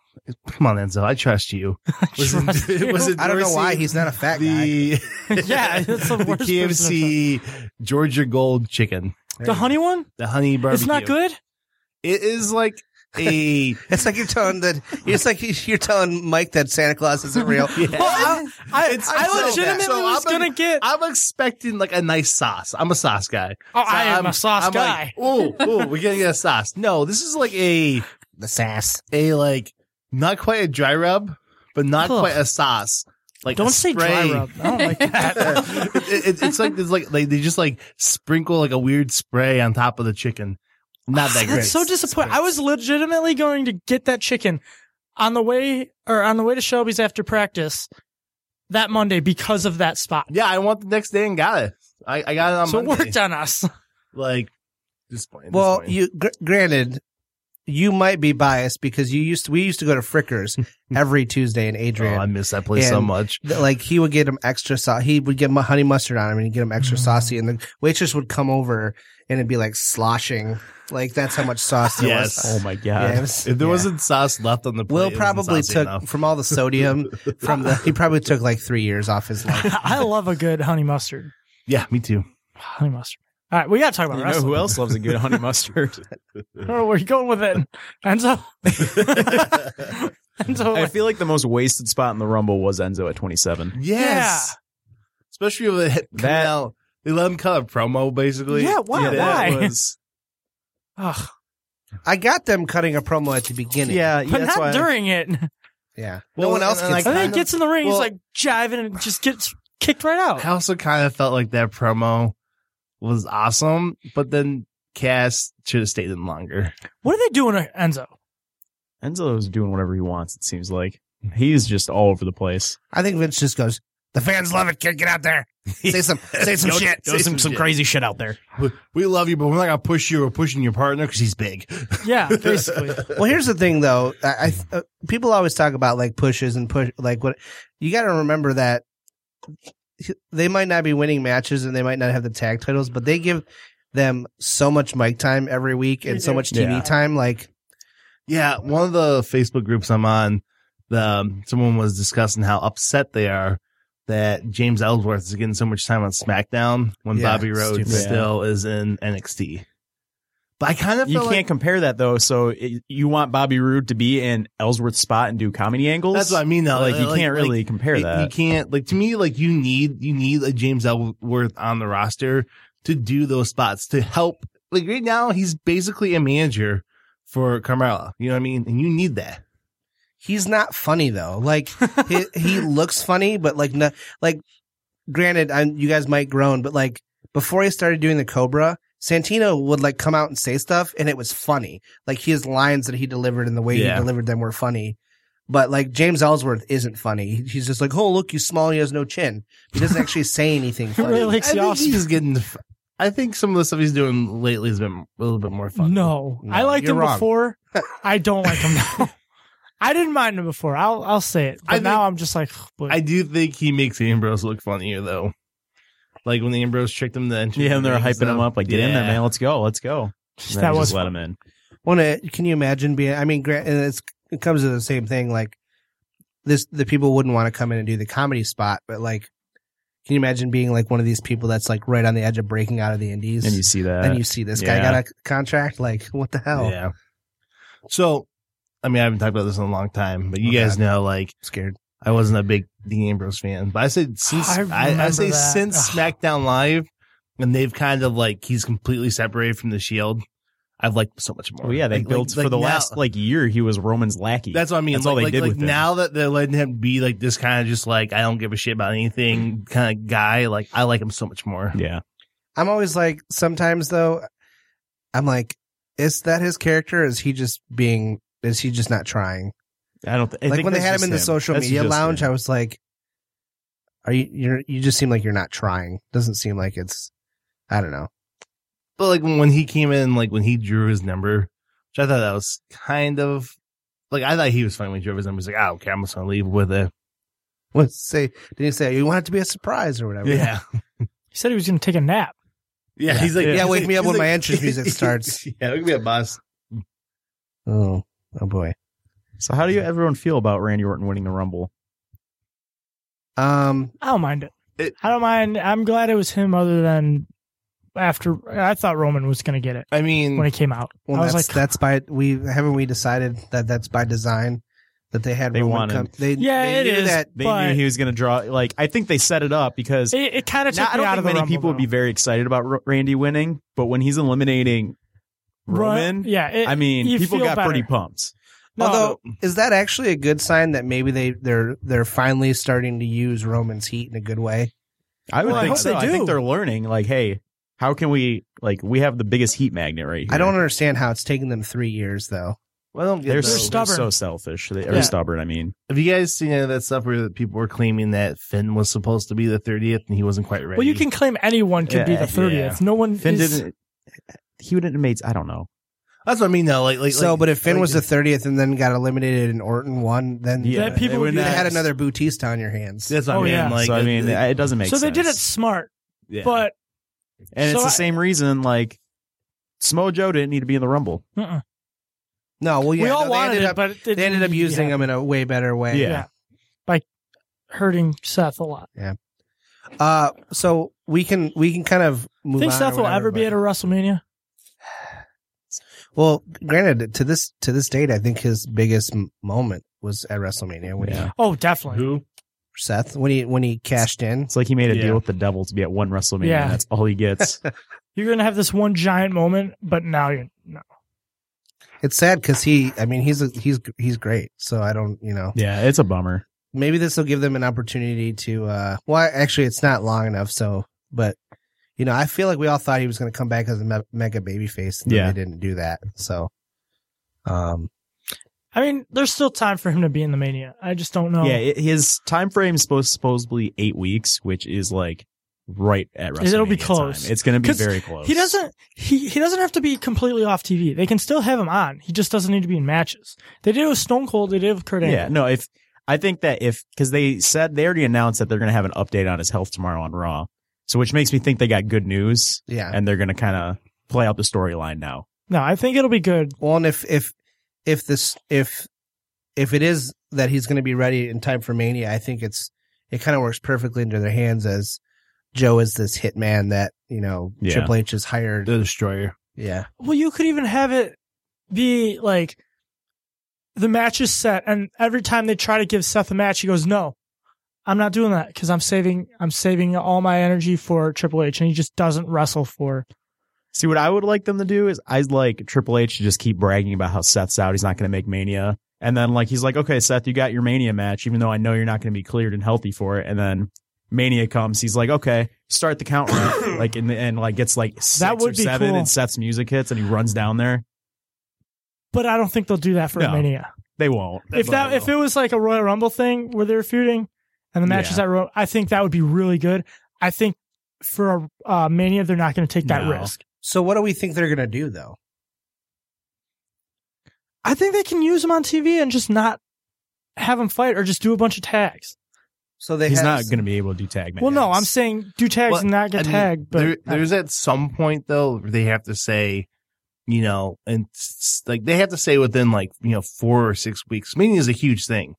[SPEAKER 8] come on, Enzo, I trust you. Was
[SPEAKER 9] Trust
[SPEAKER 8] it-
[SPEAKER 9] you.
[SPEAKER 8] was it
[SPEAKER 7] I don't know why
[SPEAKER 8] endorsing
[SPEAKER 7] he's not a fat guy.
[SPEAKER 8] the
[SPEAKER 9] yeah, that's the
[SPEAKER 8] the
[SPEAKER 9] worst. person.
[SPEAKER 8] KFC Georgia Gold chicken,
[SPEAKER 9] The honey one.
[SPEAKER 8] the honey barbecue.
[SPEAKER 9] It's not good.
[SPEAKER 8] It is like a
[SPEAKER 7] It's like you're telling that. It's like you're telling Mike that Santa Claus isn't real.
[SPEAKER 9] Well, I, I,
[SPEAKER 8] It's-
[SPEAKER 9] I
[SPEAKER 8] so-
[SPEAKER 9] legitimately
[SPEAKER 8] so
[SPEAKER 9] was
[SPEAKER 8] I'm a-
[SPEAKER 9] gonna get.
[SPEAKER 8] I'm expecting like a nice sauce. I'm a sauce guy.
[SPEAKER 9] oh, I am
[SPEAKER 8] I'm-
[SPEAKER 9] a sauce
[SPEAKER 8] I'm
[SPEAKER 9] guy.
[SPEAKER 8] Like, ooh, ooh, we're gonna get a sauce. No, this is like a
[SPEAKER 7] The sass.
[SPEAKER 8] a like not quite a dry rub, but not
[SPEAKER 9] Ugh.
[SPEAKER 8] quite a sauce. Like
[SPEAKER 9] Don't
[SPEAKER 8] a
[SPEAKER 9] say
[SPEAKER 8] spray.
[SPEAKER 9] dry rub. I don't like that.
[SPEAKER 8] it, it, it's like it's like they, they just like sprinkle like a weird spray on top of the chicken. Not that great.
[SPEAKER 9] That's so disappointing. I was legitimately going to get that chicken on the way or on the way to Shelby's after practice that Monday because of that spot.
[SPEAKER 8] Yeah, I want the next day and got it. I, I got it on
[SPEAKER 9] so it
[SPEAKER 8] Monday.
[SPEAKER 9] worked on us.
[SPEAKER 8] Like disappointing.
[SPEAKER 7] Well,
[SPEAKER 8] disappointing.
[SPEAKER 7] you gr- granted, you might be biased because you used to, we used to go to Frickers every Tuesday in Adrian.
[SPEAKER 8] Oh, I miss that place so
[SPEAKER 7] And-
[SPEAKER 8] much.
[SPEAKER 7] that, like he would get him extra sauce. He would get mu- honey mustard on him, and he'd get him
[SPEAKER 8] Mm.
[SPEAKER 7] extra saucy. And the waitress would come over, and it'd be like sloshing. Like that's how much sauce there
[SPEAKER 8] Yes.
[SPEAKER 10] Oh
[SPEAKER 7] was.
[SPEAKER 10] my
[SPEAKER 7] Yeah,
[SPEAKER 10] god.
[SPEAKER 7] it was-
[SPEAKER 8] If there
[SPEAKER 7] yeah.
[SPEAKER 8] wasn't sauce left on the plate,
[SPEAKER 7] Will
[SPEAKER 8] it wasn't
[SPEAKER 7] probably
[SPEAKER 8] saucy
[SPEAKER 7] took
[SPEAKER 8] enough.
[SPEAKER 7] from all the sodium from the. He probably took like three years off his life.
[SPEAKER 9] I love a good honey mustard.
[SPEAKER 8] Yeah, me too.
[SPEAKER 9] Honey mustard. All right, we got to talk about
[SPEAKER 10] You know
[SPEAKER 9] wrestling.
[SPEAKER 10] who else loves a good honey mustard?
[SPEAKER 9] I don't know where you going with it, Enzo. Enzo,
[SPEAKER 10] I feel like the most wasted spot in the Rumble was Enzo at 27.
[SPEAKER 8] Yes. Especially with it
[SPEAKER 10] That-
[SPEAKER 8] that out. They let him cut a promo basically.
[SPEAKER 9] Yeah, why-
[SPEAKER 8] that
[SPEAKER 9] why?
[SPEAKER 8] was-
[SPEAKER 9] Ugh,
[SPEAKER 7] I got them cutting a promo at the beginning.
[SPEAKER 10] Yeah,
[SPEAKER 9] but not during it. And
[SPEAKER 7] yeah.
[SPEAKER 8] Well,
[SPEAKER 7] no one else
[SPEAKER 8] and
[SPEAKER 7] gets.
[SPEAKER 8] I
[SPEAKER 9] then
[SPEAKER 7] that.
[SPEAKER 9] he gets in the ring,
[SPEAKER 8] well-
[SPEAKER 9] he's like jiving and just gets kicked right out.
[SPEAKER 8] I also kind of felt like that promo was awesome, but then Cass should have stayed in longer.
[SPEAKER 9] What are they doing to Enzo?
[SPEAKER 10] Enzo's doing whatever he wants, it seems like. He's just all over the place.
[SPEAKER 7] I think Vince just goes. The fans love it. Kid, get out there. Say some. say some shit. Say some, shit."
[SPEAKER 8] crazy shit out there. We, we love you, but we're not gonna push you or pushing your partner because he's big.
[SPEAKER 9] Yeah, basically.
[SPEAKER 7] Well, here's the thing, though. I, I uh, people always talk about like pushes and push, like what you got to remember that they might not be winning matches and they might not have the tag titles, but they give them so much mic time every week and
[SPEAKER 9] They
[SPEAKER 7] so
[SPEAKER 9] do.
[SPEAKER 7] much TV
[SPEAKER 10] Yeah.
[SPEAKER 7] time. Like,
[SPEAKER 8] Yeah, one of the Facebook groups I'm on, the um, someone was discussing how upset they are that James Ellsworth is getting so much time on SmackDown when
[SPEAKER 7] Yeah,
[SPEAKER 8] Bobby Rhodes
[SPEAKER 7] stupid.
[SPEAKER 8] still is in NXT. But I kind of
[SPEAKER 10] You
[SPEAKER 8] feel
[SPEAKER 10] can't
[SPEAKER 8] like
[SPEAKER 10] compare that though. So it, you want Bobby Roode to be in Ellsworth's spot and do comedy angles?
[SPEAKER 8] that's what I mean. Though,
[SPEAKER 10] like you can't really
[SPEAKER 8] like,
[SPEAKER 10] compare
[SPEAKER 8] you-
[SPEAKER 10] that.
[SPEAKER 8] You, can't like to me like you need you need a James Ellsworth on the roster to do those spots to help. Like right now, he's basically a manager for Carmella. You know what I mean? And you need that.
[SPEAKER 7] he's not funny though. Like, he, he looks funny, but like, no, like, granted, i you guys might groan, but like before he started doing the Cobra. Santino would like come out and say stuff, and it was funny. Like his lines that he delivered and the way
[SPEAKER 8] Yeah.
[SPEAKER 7] he delivered them were funny. But like James Ellsworth isn't funny. He- He's just like, oh look, he's small. He has no chin. He doesn't actually say anything
[SPEAKER 9] It
[SPEAKER 7] funny.
[SPEAKER 9] really likes
[SPEAKER 8] I
[SPEAKER 9] the
[SPEAKER 8] think
[SPEAKER 9] Austin.
[SPEAKER 8] he's getting. the f- I think some of the stuff he's doing lately has been a little bit more fun.
[SPEAKER 9] No, I liked
[SPEAKER 7] you're
[SPEAKER 9] him
[SPEAKER 7] wrong.
[SPEAKER 9] before. I don't like him now. I didn't mind him before. I'll I'll say it. But
[SPEAKER 8] I think-
[SPEAKER 9] now I'm just like, boy.
[SPEAKER 8] I do think he makes Ambrose look funnier though. Like when Ambrose tricked him to enter.
[SPEAKER 10] Yeah, and they're
[SPEAKER 8] the ring
[SPEAKER 10] hyping him
[SPEAKER 8] stuff.
[SPEAKER 10] up like, get in there,
[SPEAKER 8] Yeah.
[SPEAKER 10] man. Let's go. Let's go. And then
[SPEAKER 7] That
[SPEAKER 10] they
[SPEAKER 7] was
[SPEAKER 10] just let him in.
[SPEAKER 7] Well, it- can you imagine being? I mean, gra- and it's, it comes to the same thing. Like this, the people wouldn't want to come in and do the comedy spot, but like, can you imagine being like one of these people that's like right on the edge of breaking out of the indies?
[SPEAKER 10] And you see that.
[SPEAKER 7] and you see this guy
[SPEAKER 8] Yeah.
[SPEAKER 7] got a c- contract. Like, what the hell?
[SPEAKER 8] Yeah. So, I mean, I haven't talked about this in a long time, but you guys know, like,
[SPEAKER 7] scared.
[SPEAKER 8] I wasn't a big Dean Ambrose fan, but I said since
[SPEAKER 9] I
[SPEAKER 8] I, I,
[SPEAKER 9] remember
[SPEAKER 8] say
[SPEAKER 9] that.
[SPEAKER 8] since SmackDown Live, and they've kind of like he's completely separated from the Shield. I've liked so much more.
[SPEAKER 10] Oh yeah, they
[SPEAKER 8] Like-
[SPEAKER 10] built
[SPEAKER 8] like-
[SPEAKER 10] for
[SPEAKER 8] like
[SPEAKER 10] the
[SPEAKER 8] now-
[SPEAKER 10] last like year he was Roman's lackey.
[SPEAKER 8] That's what I mean.
[SPEAKER 10] That's
[SPEAKER 8] like,
[SPEAKER 10] all they
[SPEAKER 8] like-
[SPEAKER 10] did
[SPEAKER 8] like
[SPEAKER 10] with him.
[SPEAKER 8] now that they're letting him be like this kind of just like I don't give a shit about anything kind of guy. Like I like him so much more.
[SPEAKER 10] Yeah.
[SPEAKER 7] I'm always like, sometimes though, I'm like, is that his character? Or is he just being? Is he just not trying?
[SPEAKER 10] I don't. Th- I
[SPEAKER 7] like
[SPEAKER 10] think
[SPEAKER 7] when they
[SPEAKER 10] that's
[SPEAKER 7] had him
[SPEAKER 10] just
[SPEAKER 7] in the social
[SPEAKER 10] That's
[SPEAKER 7] media
[SPEAKER 10] just
[SPEAKER 7] lounge,
[SPEAKER 10] him.
[SPEAKER 7] I was like, "Are you? You're, you just seem like you're not trying. Doesn't seem like it's. I don't know.
[SPEAKER 8] But like when he came in, like when he drew his number, which I thought that was kind of like I thought he was funny when he drew his number. He's like, oh, okay, I'm just gonna leave with it.
[SPEAKER 7] What say? Did he say you want it to be a surprise or whatever?
[SPEAKER 8] Yeah.
[SPEAKER 9] he said he was going to take a nap.
[SPEAKER 8] Yeah, he's like,
[SPEAKER 7] Yeah,
[SPEAKER 8] he's
[SPEAKER 7] wake
[SPEAKER 8] like-
[SPEAKER 7] me up
[SPEAKER 8] he's
[SPEAKER 7] when my
[SPEAKER 8] like-
[SPEAKER 7] entrance music starts.
[SPEAKER 8] yeah, wake me up, boss.
[SPEAKER 7] Oh, oh boy.
[SPEAKER 10] So how do you everyone feel about Randy Orton winning the Rumble?
[SPEAKER 7] Um,
[SPEAKER 9] I don't mind it. I don't mind. I'm glad it was him. Other than after, I thought Roman was going to get it
[SPEAKER 8] I mean,
[SPEAKER 9] when it came out.
[SPEAKER 7] well,
[SPEAKER 9] I was
[SPEAKER 7] that's
[SPEAKER 9] like,
[SPEAKER 7] that's by we haven't we decided that that's by design that they had
[SPEAKER 10] They
[SPEAKER 7] Roman
[SPEAKER 10] wanted-
[SPEAKER 7] come. They
[SPEAKER 9] yeah,
[SPEAKER 7] they
[SPEAKER 9] it
[SPEAKER 7] knew
[SPEAKER 9] is.
[SPEAKER 7] that.
[SPEAKER 10] They
[SPEAKER 9] but
[SPEAKER 10] knew he was going to draw. Like I think they set it up because
[SPEAKER 9] it, it kind of took
[SPEAKER 10] now, I
[SPEAKER 9] me
[SPEAKER 10] don't
[SPEAKER 9] out
[SPEAKER 10] think
[SPEAKER 9] of the
[SPEAKER 10] many
[SPEAKER 9] Rumble,
[SPEAKER 10] people would be
[SPEAKER 9] though.
[SPEAKER 10] very excited about Ro- Randy winning, but when he's eliminating
[SPEAKER 9] Ro-
[SPEAKER 10] Roman,
[SPEAKER 9] yeah, it-
[SPEAKER 10] I mean,
[SPEAKER 9] you
[SPEAKER 10] people
[SPEAKER 9] feel
[SPEAKER 10] got
[SPEAKER 9] better.
[SPEAKER 10] pretty pumped.
[SPEAKER 9] No,
[SPEAKER 7] Although, is that actually a good sign that maybe they they're they're finally starting to use Roman's heat in a good way?
[SPEAKER 10] I would
[SPEAKER 9] Well, I
[SPEAKER 10] think
[SPEAKER 9] hope
[SPEAKER 10] so.
[SPEAKER 9] they
[SPEAKER 10] I think
[SPEAKER 9] do.
[SPEAKER 10] they're learning. Like, hey, how can we? Like, we have the biggest heat magnet right here.
[SPEAKER 7] I don't understand how it's taken them three years though.
[SPEAKER 8] Well,
[SPEAKER 10] They're,
[SPEAKER 9] They're
[SPEAKER 10] so-
[SPEAKER 9] stubborn.
[SPEAKER 10] so selfish. They are
[SPEAKER 9] Yeah.
[SPEAKER 10] stubborn. I mean,
[SPEAKER 8] have you guys seen any of that stuff where people were claiming that Finn was supposed to be the 30th and he wasn't quite ready?
[SPEAKER 9] well, you can claim anyone could be
[SPEAKER 10] Yeah,
[SPEAKER 9] the thirtieth. No one
[SPEAKER 10] Finn
[SPEAKER 9] is,
[SPEAKER 10] didn't. He wouldn't have made. I don't know.
[SPEAKER 8] That's what I mean, though. Like, like
[SPEAKER 7] so,
[SPEAKER 8] like-
[SPEAKER 7] but if Finn
[SPEAKER 8] like-
[SPEAKER 7] was the thirtieth and then got eliminated and Orton won, then
[SPEAKER 10] Yeah,
[SPEAKER 9] that people
[SPEAKER 10] they
[SPEAKER 9] would
[SPEAKER 10] wouldn't
[SPEAKER 9] be
[SPEAKER 7] you
[SPEAKER 10] have-
[SPEAKER 7] had another Bautista on your hands.
[SPEAKER 8] that's what I
[SPEAKER 9] Oh,
[SPEAKER 8] mean.
[SPEAKER 9] yeah.
[SPEAKER 8] Like,
[SPEAKER 10] so I mean,
[SPEAKER 8] like-
[SPEAKER 10] it doesn't make
[SPEAKER 9] So
[SPEAKER 10] sense.
[SPEAKER 9] they did it smart,
[SPEAKER 10] Yeah.
[SPEAKER 9] but
[SPEAKER 10] and it's
[SPEAKER 9] so
[SPEAKER 10] the
[SPEAKER 9] I-
[SPEAKER 10] same reason. Like, Smojo didn't need to be in the Rumble.
[SPEAKER 9] uh-uh.
[SPEAKER 7] No, well, yeah,
[SPEAKER 9] we all
[SPEAKER 7] no, they
[SPEAKER 9] wanted
[SPEAKER 7] ended
[SPEAKER 9] it,
[SPEAKER 7] up,
[SPEAKER 9] but it
[SPEAKER 7] they ended up
[SPEAKER 9] didn't
[SPEAKER 7] using
[SPEAKER 9] happen.
[SPEAKER 7] him in a way better way.
[SPEAKER 10] Yeah.
[SPEAKER 9] hurting Seth a lot.
[SPEAKER 7] Uh, so we can we can kind of move.
[SPEAKER 9] Think
[SPEAKER 7] on or
[SPEAKER 9] Seth will
[SPEAKER 7] whatever,
[SPEAKER 9] ever be
[SPEAKER 7] but-
[SPEAKER 9] at a WrestleMania?
[SPEAKER 7] Well, granted, to this to this date, I think his biggest m- moment was at WrestleMania when he,
[SPEAKER 10] Yeah.
[SPEAKER 9] Oh, definitely.
[SPEAKER 8] who?
[SPEAKER 7] Seth when he when he cashed in.
[SPEAKER 10] It's like he made a
[SPEAKER 8] Yeah.
[SPEAKER 10] deal with the devil to be at one WrestleMania.
[SPEAKER 9] Yeah.
[SPEAKER 10] That's all he gets.
[SPEAKER 9] You're gonna have this one giant moment, but now you're no.
[SPEAKER 7] It's sad because he, I mean, he's a, he's he's great. So I don't, you know,
[SPEAKER 10] yeah, it's a bummer.
[SPEAKER 7] maybe this will give them an opportunity to. uh Well, I- actually, it's not long enough. So, but you know, I feel like we all thought he was going to come back as a me- mega baby face. And then
[SPEAKER 10] Yeah.
[SPEAKER 7] they didn't do that. So, um,
[SPEAKER 9] I mean, there's still time for him to be in the Mania. I just don't know.
[SPEAKER 10] Yeah, it, his time frame is supposed supposedly eight weeks, which is like right at WrestleMania.
[SPEAKER 9] It'll be
[SPEAKER 10] time.
[SPEAKER 9] close.
[SPEAKER 10] It's going to be
[SPEAKER 9] 'Cause
[SPEAKER 10] very close.
[SPEAKER 9] he doesn't. He he doesn't have to be completely off TV. They can still have him on. He just doesn't need to be in matches. They did it with Stone Cold. They did it with Kurt Angle.
[SPEAKER 10] Yeah, no. If I think that if because they said they already announced that they're going to have an update on his health tomorrow on Raw, so which makes me think they got good news
[SPEAKER 7] yeah.
[SPEAKER 10] and they're going to kind of play out the storyline now.
[SPEAKER 9] No, I think it'll be good.
[SPEAKER 7] Well, and if if if this if if it is that he's going to be ready in time for Mania, I think it's it kind of works perfectly into their hands as Joe is this hitman that you know
[SPEAKER 10] Yeah.
[SPEAKER 7] Triple H is hired.
[SPEAKER 8] The Destroyer.
[SPEAKER 7] Yeah,
[SPEAKER 9] Well, you could even have it be like the match is set, and every time they try to give Seth a match, he goes, "No, I'm not doing that because I'm saving I'm saving all my energy for Triple H," and he just doesn't wrestle for.
[SPEAKER 10] See, what I would like them to do is I'd like Triple H to just keep bragging about how Seth's out. He's not going to make Mania. And then, like, he's like, okay, Seth, you got your Mania match, even though I know you're not going to be cleared and healthy for it. And then Mania comes. He's like, okay, start the count round. like, in the end, like, gets like six
[SPEAKER 9] That would
[SPEAKER 10] or
[SPEAKER 9] be
[SPEAKER 10] seven,
[SPEAKER 9] cool.
[SPEAKER 10] and Seth's music hits, and he runs down there.
[SPEAKER 9] But I don't think they'll do that for a
[SPEAKER 10] No.
[SPEAKER 9] Mania.
[SPEAKER 10] They won't.
[SPEAKER 9] if that if it was like a Royal Rumble thing where they were feuding, and the matches
[SPEAKER 10] Yeah.
[SPEAKER 9] that Royal, I think that would be really good. I think for a uh, Mania, they're not going to take that
[SPEAKER 10] No.
[SPEAKER 9] risk.
[SPEAKER 7] So what do we think they're going to do though?
[SPEAKER 9] I think they can use him on TV and just not have him fight or just do a bunch of tags.
[SPEAKER 7] So
[SPEAKER 10] He's not going to be able to do tag match.
[SPEAKER 9] Well, no, I'm saying do tags
[SPEAKER 8] Well,
[SPEAKER 9] and not get
[SPEAKER 8] I mean,
[SPEAKER 9] tagged. but
[SPEAKER 8] there, there's at some point though where they have to say, you know, and s- like they have to say within like you know four or six weeks. Meaning is a huge thing.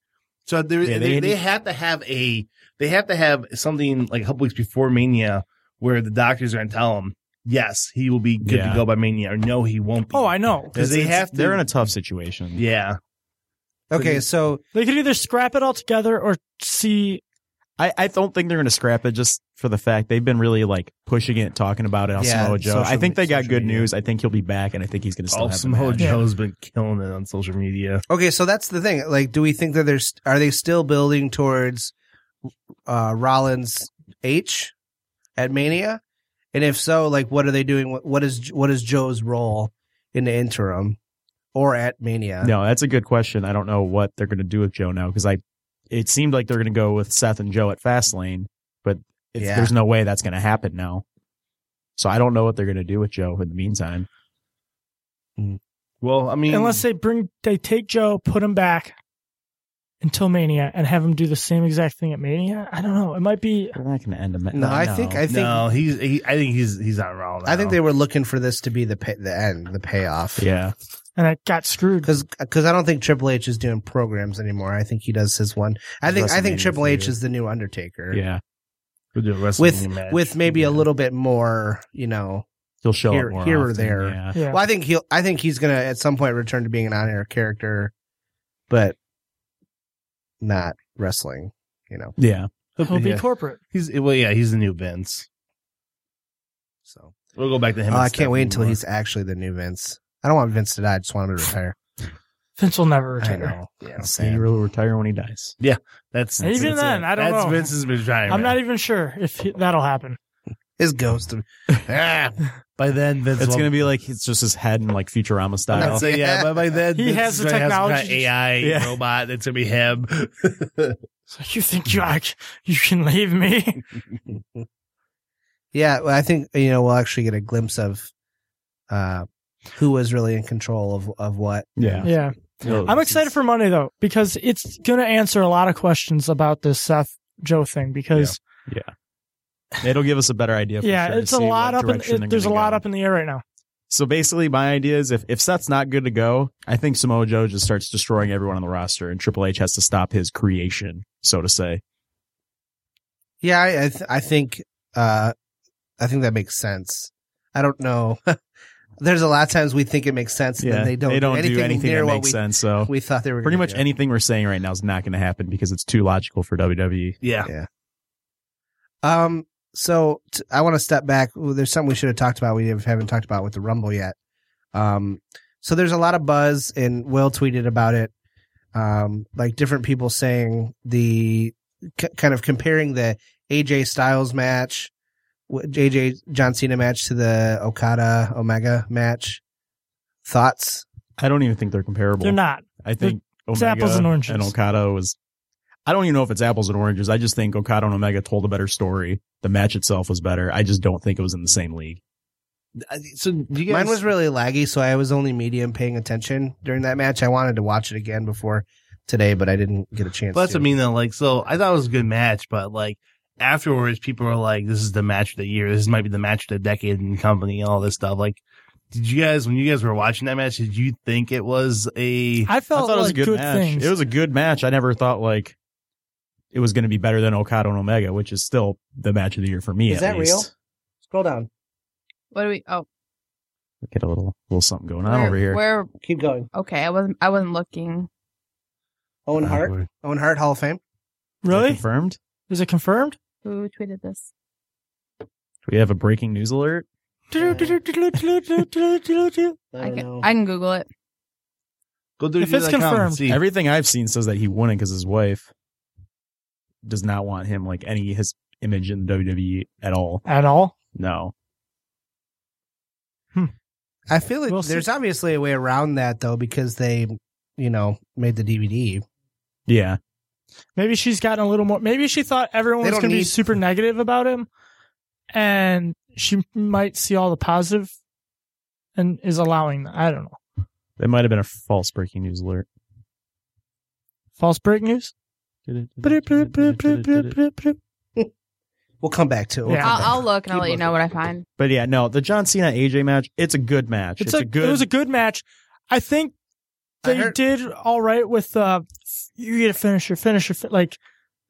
[SPEAKER 8] So there,
[SPEAKER 1] Yeah,
[SPEAKER 8] they,
[SPEAKER 1] they-
[SPEAKER 8] they have to have a they have to have something like a couple weeks before Mania where the doctors are going to tell them yes he will be good
[SPEAKER 10] Yeah.
[SPEAKER 8] to go by Mania or no he won't be.
[SPEAKER 9] oh, I know
[SPEAKER 8] because they have to.
[SPEAKER 10] They're in a tough situation.
[SPEAKER 8] yeah.
[SPEAKER 7] Okay, so
[SPEAKER 9] they could either scrap it all together or see.
[SPEAKER 10] I, I don't think they're going to scrap it just for the fact they've been really like pushing it, talking about it on
[SPEAKER 8] Yeah,
[SPEAKER 10] Samoa Joe.
[SPEAKER 8] social
[SPEAKER 10] I think they got
[SPEAKER 8] social
[SPEAKER 10] good
[SPEAKER 8] media.
[SPEAKER 10] news. I think he'll be back, and I think he's going to still
[SPEAKER 8] Oh,
[SPEAKER 10] have the
[SPEAKER 8] Samoa
[SPEAKER 10] match.
[SPEAKER 8] Joe's been killing it on social media.
[SPEAKER 7] Okay, so that's the thing. Like, do we think that there's are they still building towards uh Rollins H at Mania? And if so, like, what are they doing? What, what is what is Joe's role in the interim or at Mania?
[SPEAKER 10] No, that's a good question. I don't know what they're going to do with Joe now because I, it seemed like they're going to go with Seth and Joe at Fastlane, but it's,
[SPEAKER 7] Yeah.
[SPEAKER 10] there's no way that's going to happen now. So I don't know what they're going to do with Joe in the meantime.
[SPEAKER 8] Well, I mean,
[SPEAKER 9] Unless they bring, they take Joe, put him back until Mania, and have him do the same exact thing at Mania. I don't know. It might be.
[SPEAKER 10] They're not going to end him.
[SPEAKER 7] No, I think I think
[SPEAKER 8] no, he's he, I think he's he's on Raw.
[SPEAKER 7] I think
[SPEAKER 8] now.
[SPEAKER 7] they were looking for this to be the pay, the end, the payoff.
[SPEAKER 10] Yeah.
[SPEAKER 9] And I got screwed.
[SPEAKER 7] Because I don't think Triple H is doing programs anymore. I think he does his one. I think I think
[SPEAKER 10] WrestleMania
[SPEAKER 7] Triple
[SPEAKER 10] for
[SPEAKER 7] H
[SPEAKER 10] you.
[SPEAKER 7] is the new Undertaker.
[SPEAKER 10] Yeah,
[SPEAKER 8] We'll do a
[SPEAKER 7] With
[SPEAKER 8] WrestleMania match.
[SPEAKER 7] with maybe a little bit more, you know,
[SPEAKER 10] he'll show
[SPEAKER 7] here,
[SPEAKER 10] up more
[SPEAKER 7] here or
[SPEAKER 10] often,
[SPEAKER 7] there.
[SPEAKER 10] Yeah.
[SPEAKER 9] Yeah.
[SPEAKER 7] Well, I think he'll. I think he's gonna at some point return to being an on-air character, but not wrestling. You know.
[SPEAKER 10] yeah.
[SPEAKER 9] He'll be
[SPEAKER 8] Yeah.
[SPEAKER 9] corporate.
[SPEAKER 8] He's well, yeah, he's the new Vince.
[SPEAKER 7] So
[SPEAKER 8] We'll go back to him.
[SPEAKER 7] Oh,
[SPEAKER 8] and
[SPEAKER 7] I can't wait
[SPEAKER 8] Stephanie
[SPEAKER 7] until
[SPEAKER 8] more.
[SPEAKER 7] he's actually the new Vince. I don't want Vince to die. I just want him to retire.
[SPEAKER 9] Vince will never
[SPEAKER 7] I
[SPEAKER 9] retire.
[SPEAKER 7] know. Yeah.
[SPEAKER 10] He
[SPEAKER 7] Sad.
[SPEAKER 10] will retire when he dies.
[SPEAKER 8] Oh, That's
[SPEAKER 9] And even
[SPEAKER 8] that's
[SPEAKER 9] then,
[SPEAKER 8] it.
[SPEAKER 9] I don't
[SPEAKER 8] that's
[SPEAKER 9] know.
[SPEAKER 8] Vince's been trying.
[SPEAKER 9] I'm not even sure if he, that'll happen.
[SPEAKER 7] His ghost.
[SPEAKER 8] Ah, by then, Vince.
[SPEAKER 10] It's
[SPEAKER 8] won't-
[SPEAKER 10] gonna be like it's just his head in like Futurama style.
[SPEAKER 7] That's
[SPEAKER 8] So yeah, by, by then
[SPEAKER 9] He
[SPEAKER 8] Vince
[SPEAKER 9] has
[SPEAKER 8] is
[SPEAKER 9] the
[SPEAKER 8] gonna have some kind of
[SPEAKER 9] technology.
[SPEAKER 8] AI
[SPEAKER 10] Yeah.
[SPEAKER 8] robot. It's gonna be him.
[SPEAKER 9] So you think you I, you can leave me?
[SPEAKER 7] Yeah. Well, I think you know we'll actually get a glimpse of uh, who was really in control of of what.
[SPEAKER 10] Yeah,
[SPEAKER 9] yeah. I'm excited for Monday though because it's going to answer a lot of questions about this Seth Joe thing because
[SPEAKER 10] It'll give us a better idea. For
[SPEAKER 9] yeah,
[SPEAKER 10] sure to
[SPEAKER 9] it's a
[SPEAKER 10] see
[SPEAKER 9] lot
[SPEAKER 10] what
[SPEAKER 9] up in
[SPEAKER 10] direction they're
[SPEAKER 9] there's a
[SPEAKER 10] gonna
[SPEAKER 9] lot
[SPEAKER 10] go.
[SPEAKER 9] up in the air right now.
[SPEAKER 10] So basically, my idea is if, if Seth's not good to go, I think Samoa Joe just starts destroying everyone on the roster, and Triple H has to stop his creation, so to say.
[SPEAKER 7] Yeah, I I, th- I think uh, I think that makes sense. I don't know. There's a lot of times we think it makes sense, and
[SPEAKER 10] yeah,
[SPEAKER 7] then they don't.
[SPEAKER 10] they don't
[SPEAKER 7] do anything,
[SPEAKER 10] do anything
[SPEAKER 7] near
[SPEAKER 10] that
[SPEAKER 7] what
[SPEAKER 10] makes
[SPEAKER 7] we,
[SPEAKER 10] sense. So
[SPEAKER 7] We thought they were
[SPEAKER 10] Oh. pretty
[SPEAKER 7] gonna
[SPEAKER 10] much
[SPEAKER 7] do.
[SPEAKER 10] anything we're saying right now is not going to happen because it's too logical for E. WWE.
[SPEAKER 8] yeah.
[SPEAKER 7] Um. So t- I want to step back. Ooh, There's something we should have talked about. We have- haven't talked about with the Rumble yet. Um. So there's a lot of buzz, and Will tweeted about it. Um. Like different people saying the k kind of comparing the AJ Styles match, w- AJ John Cena match to the Okada Omega match. Thoughts?
[SPEAKER 10] I don't even think they're comparable.
[SPEAKER 9] They're not.
[SPEAKER 10] I think
[SPEAKER 9] it's
[SPEAKER 10] Omega
[SPEAKER 9] apples and oranges.
[SPEAKER 10] And Okada was. I don't even know if it's apples and oranges. I just think Okada and Omega told a better story. The match itself was better. I just don't think it was in the same league.
[SPEAKER 8] I- So do you guys,
[SPEAKER 7] Mine was really laggy, so I was only medium paying attention during that match. I wanted to watch it again before today, but I didn't get a chance.
[SPEAKER 8] Well, that's
[SPEAKER 7] to.
[SPEAKER 8] what I mean though. Like, so I thought it was a good match, but like afterwards, people are like, "This is the match of the year. This might be the match of the decade and company, and all this stuff." Like, did you guys when you guys were watching that match? Did you think it was a?
[SPEAKER 9] I
[SPEAKER 10] I
[SPEAKER 9] felt
[SPEAKER 10] thought it was a
[SPEAKER 9] like
[SPEAKER 10] good,
[SPEAKER 9] good
[SPEAKER 10] match.
[SPEAKER 9] things.
[SPEAKER 10] It was a good match. I never thought like it was going to be better than Okada and Omega, which is still the match of the year for me.
[SPEAKER 7] Is
[SPEAKER 10] at
[SPEAKER 7] that
[SPEAKER 10] least.
[SPEAKER 7] real? Scroll down.
[SPEAKER 11] What do we? Oh,
[SPEAKER 10] Get a little little something going on
[SPEAKER 11] where,
[SPEAKER 10] over here.
[SPEAKER 11] Where?
[SPEAKER 7] Keep going.
[SPEAKER 11] Okay, I wasn't. I wasn't looking.
[SPEAKER 7] Owen
[SPEAKER 10] Uh,
[SPEAKER 7] Hart.
[SPEAKER 10] we're-
[SPEAKER 7] Owen Hart Hall of Fame.
[SPEAKER 10] is that
[SPEAKER 9] really?
[SPEAKER 10] confirmed.
[SPEAKER 9] Is it confirmed?
[SPEAKER 11] Who tweeted this?
[SPEAKER 10] Do we have a breaking news alert?
[SPEAKER 11] I can. I can Google it.
[SPEAKER 8] Go do
[SPEAKER 9] If it's confirmed.
[SPEAKER 8] see.
[SPEAKER 10] Everything I've seen says that he won it because his wife does not want him like any his image in the WWE at all.
[SPEAKER 9] At all?
[SPEAKER 10] No,
[SPEAKER 7] I feel like
[SPEAKER 9] We'll see.
[SPEAKER 7] there's obviously a way around that though because they, you know, made the DVD.
[SPEAKER 10] yeah,
[SPEAKER 9] Maybe she's gotten a little more. Maybe she thought everyone
[SPEAKER 7] They
[SPEAKER 9] was
[SPEAKER 7] don't
[SPEAKER 9] going to be
[SPEAKER 7] need-
[SPEAKER 9] super negative about him, and she might see all the positive, and is allowing. that. I don't know.
[SPEAKER 10] that might have been a false breaking news alert.
[SPEAKER 9] False break news.
[SPEAKER 7] We'll come back to it.
[SPEAKER 10] We'll come back.
[SPEAKER 11] I'll, I'll look and I'll let you know what I find.
[SPEAKER 10] But yeah, no, the John Cena AJ match, it's a good match. It's, a, good.
[SPEAKER 9] It was a good match. I think they did all right with uh, you get a finisher, finisher, fi- like.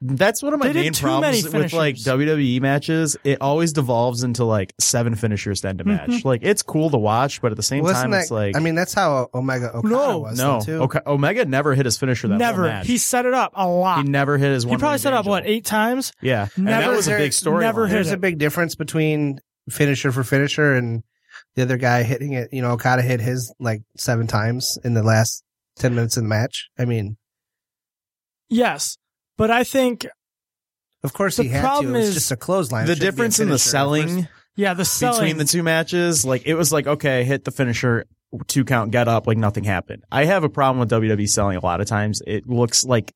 [SPEAKER 10] That's one of my
[SPEAKER 9] they did
[SPEAKER 10] main
[SPEAKER 9] too
[SPEAKER 10] problems
[SPEAKER 9] many
[SPEAKER 10] with like
[SPEAKER 9] finishers.
[SPEAKER 10] WWE matches. It always devolves into like seven finishers to end a
[SPEAKER 9] Mm-hmm.
[SPEAKER 10] match.
[SPEAKER 7] Mhm.
[SPEAKER 10] Like it's cool to watch, but at the same time,
[SPEAKER 7] that,
[SPEAKER 10] it's like
[SPEAKER 7] I mean, that's how Omega Okada was.
[SPEAKER 10] no.
[SPEAKER 7] though, too.
[SPEAKER 10] Okay, Omega never hit his finisher that
[SPEAKER 9] Never.
[SPEAKER 10] whole match.
[SPEAKER 9] He set it up a lot.
[SPEAKER 10] he never hit his
[SPEAKER 9] He
[SPEAKER 10] one.
[SPEAKER 9] probably set it up what eight times.
[SPEAKER 10] Yeah,
[SPEAKER 9] Never- there- Never hit
[SPEAKER 7] There's a
[SPEAKER 9] it.
[SPEAKER 7] big difference between finisher for finisher and the other guy hitting it. You know, Okada hit his like seven times in the last ten minutes of the match. I mean,
[SPEAKER 9] Yes, but I think
[SPEAKER 7] of course
[SPEAKER 9] The
[SPEAKER 7] he had
[SPEAKER 9] problem
[SPEAKER 7] to. It's
[SPEAKER 9] is-
[SPEAKER 7] just a clothesline. It
[SPEAKER 10] The
[SPEAKER 7] shouldn't be a
[SPEAKER 10] difference in the
[SPEAKER 7] finisher.
[SPEAKER 10] selling
[SPEAKER 9] yeah, the
[SPEAKER 10] between
[SPEAKER 9] selling.
[SPEAKER 10] the two matches, like it was like okay, hit the finisher, two count, get up, like nothing happened. I have a problem with WWE selling a lot of times. It looks like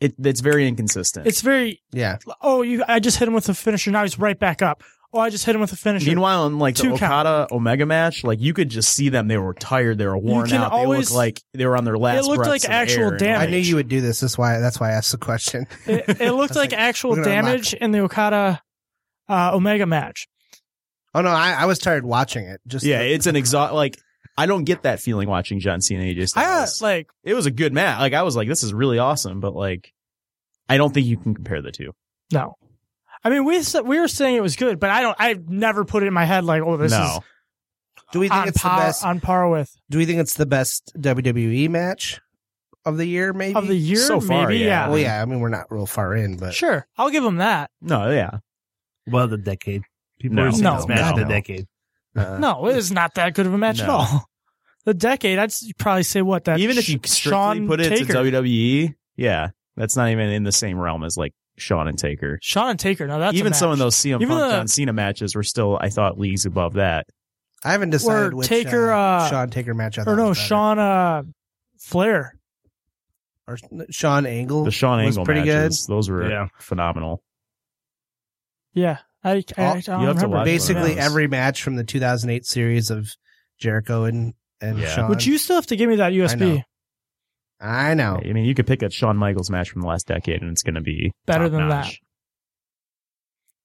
[SPEAKER 10] it, it's very inconsistent.
[SPEAKER 9] it's very
[SPEAKER 7] Yeah.
[SPEAKER 9] oh you I just hit him with a finisher now he's right back up. Oh I just hit him with a finisher.
[SPEAKER 10] Meanwhile, in like the
[SPEAKER 9] Two count.
[SPEAKER 10] Okada Omega match, like you could just see them; they were tired, they were worn
[SPEAKER 9] can
[SPEAKER 10] out.
[SPEAKER 9] always-
[SPEAKER 10] they looked like they were on their last.
[SPEAKER 9] It looked
[SPEAKER 10] breaths
[SPEAKER 9] like
[SPEAKER 10] of
[SPEAKER 9] actual
[SPEAKER 10] air and
[SPEAKER 9] damage.
[SPEAKER 7] I knew you would do this. That's why. That's why I asked the question.
[SPEAKER 9] it, it looked like, actual
[SPEAKER 7] we're gonna unlock-
[SPEAKER 9] damage in the Okada uh, Omega match.
[SPEAKER 7] Oh no, I, I was tired watching it. Just
[SPEAKER 10] yeah,
[SPEAKER 7] the-
[SPEAKER 10] it's an exhaust. Like I don't get that feeling watching John Cena AJ
[SPEAKER 9] I uh,
[SPEAKER 10] Styles.
[SPEAKER 9] like
[SPEAKER 10] it was a good match. Like I was like, this is really awesome, but like, I don't think you can compare the two.
[SPEAKER 9] no. I mean we said- we were saying it was good, but I don't I've never put it in my head like oh this
[SPEAKER 10] no,
[SPEAKER 7] do we
[SPEAKER 9] is
[SPEAKER 7] think
[SPEAKER 9] on
[SPEAKER 7] it's the
[SPEAKER 9] par
[SPEAKER 7] best?
[SPEAKER 9] on par with
[SPEAKER 7] Do we think it's the best WWE match of the year? Maybe
[SPEAKER 9] of the year
[SPEAKER 10] So far,
[SPEAKER 9] maybe
[SPEAKER 10] yeah.
[SPEAKER 7] Well, yeah. I mean, we're not real far in, but
[SPEAKER 9] Sure, I'll give him that.
[SPEAKER 10] no, yeah,
[SPEAKER 8] Well, the decade. People
[SPEAKER 10] No.
[SPEAKER 8] are saying
[SPEAKER 9] No,
[SPEAKER 8] it's mad
[SPEAKER 10] no,
[SPEAKER 8] at the
[SPEAKER 10] no.
[SPEAKER 8] decade.
[SPEAKER 7] uh,
[SPEAKER 9] No, it is not that good of a match at
[SPEAKER 10] No.
[SPEAKER 9] all. The decade, I'd s- probably say what that
[SPEAKER 10] even if you
[SPEAKER 9] Sh-
[SPEAKER 10] strictly
[SPEAKER 9] Shawn
[SPEAKER 10] put it
[SPEAKER 9] Taker.
[SPEAKER 10] to WWE, yeah, that's not even in the same realm as like Shawn and Taker.
[SPEAKER 9] Shawn and Taker. Now that's a
[SPEAKER 10] even some of
[SPEAKER 9] match.
[SPEAKER 10] those CM
[SPEAKER 9] Even
[SPEAKER 10] Punk
[SPEAKER 9] the-
[SPEAKER 10] John Cena matches were still, I thought, leagues above that.
[SPEAKER 7] I haven't decided
[SPEAKER 9] Or
[SPEAKER 7] which
[SPEAKER 9] Taker, uh,
[SPEAKER 7] Sean Taker match. I
[SPEAKER 9] or
[SPEAKER 7] thought
[SPEAKER 9] no
[SPEAKER 7] was better.
[SPEAKER 9] Shawn uh, Flair.
[SPEAKER 7] or Sean Angle.
[SPEAKER 10] The Shawn
[SPEAKER 7] was
[SPEAKER 10] Angle
[SPEAKER 7] pretty
[SPEAKER 10] matches, those were
[SPEAKER 8] Yeah.
[SPEAKER 10] phenomenal.
[SPEAKER 9] Yeah, I,
[SPEAKER 7] All-
[SPEAKER 9] I, I don't
[SPEAKER 10] you have to
[SPEAKER 9] remember.
[SPEAKER 10] watch
[SPEAKER 7] Basically,
[SPEAKER 10] Yes.
[SPEAKER 7] every match from the 2008 series of Jericho and and
[SPEAKER 10] Yeah.
[SPEAKER 7] Shawn.
[SPEAKER 9] Would you still have to give me that USB?
[SPEAKER 7] know. I know.
[SPEAKER 10] I mean, you could pick a Shawn Michaels match from the last decade, and it's going to be
[SPEAKER 9] Better than
[SPEAKER 10] top-notch.
[SPEAKER 9] that.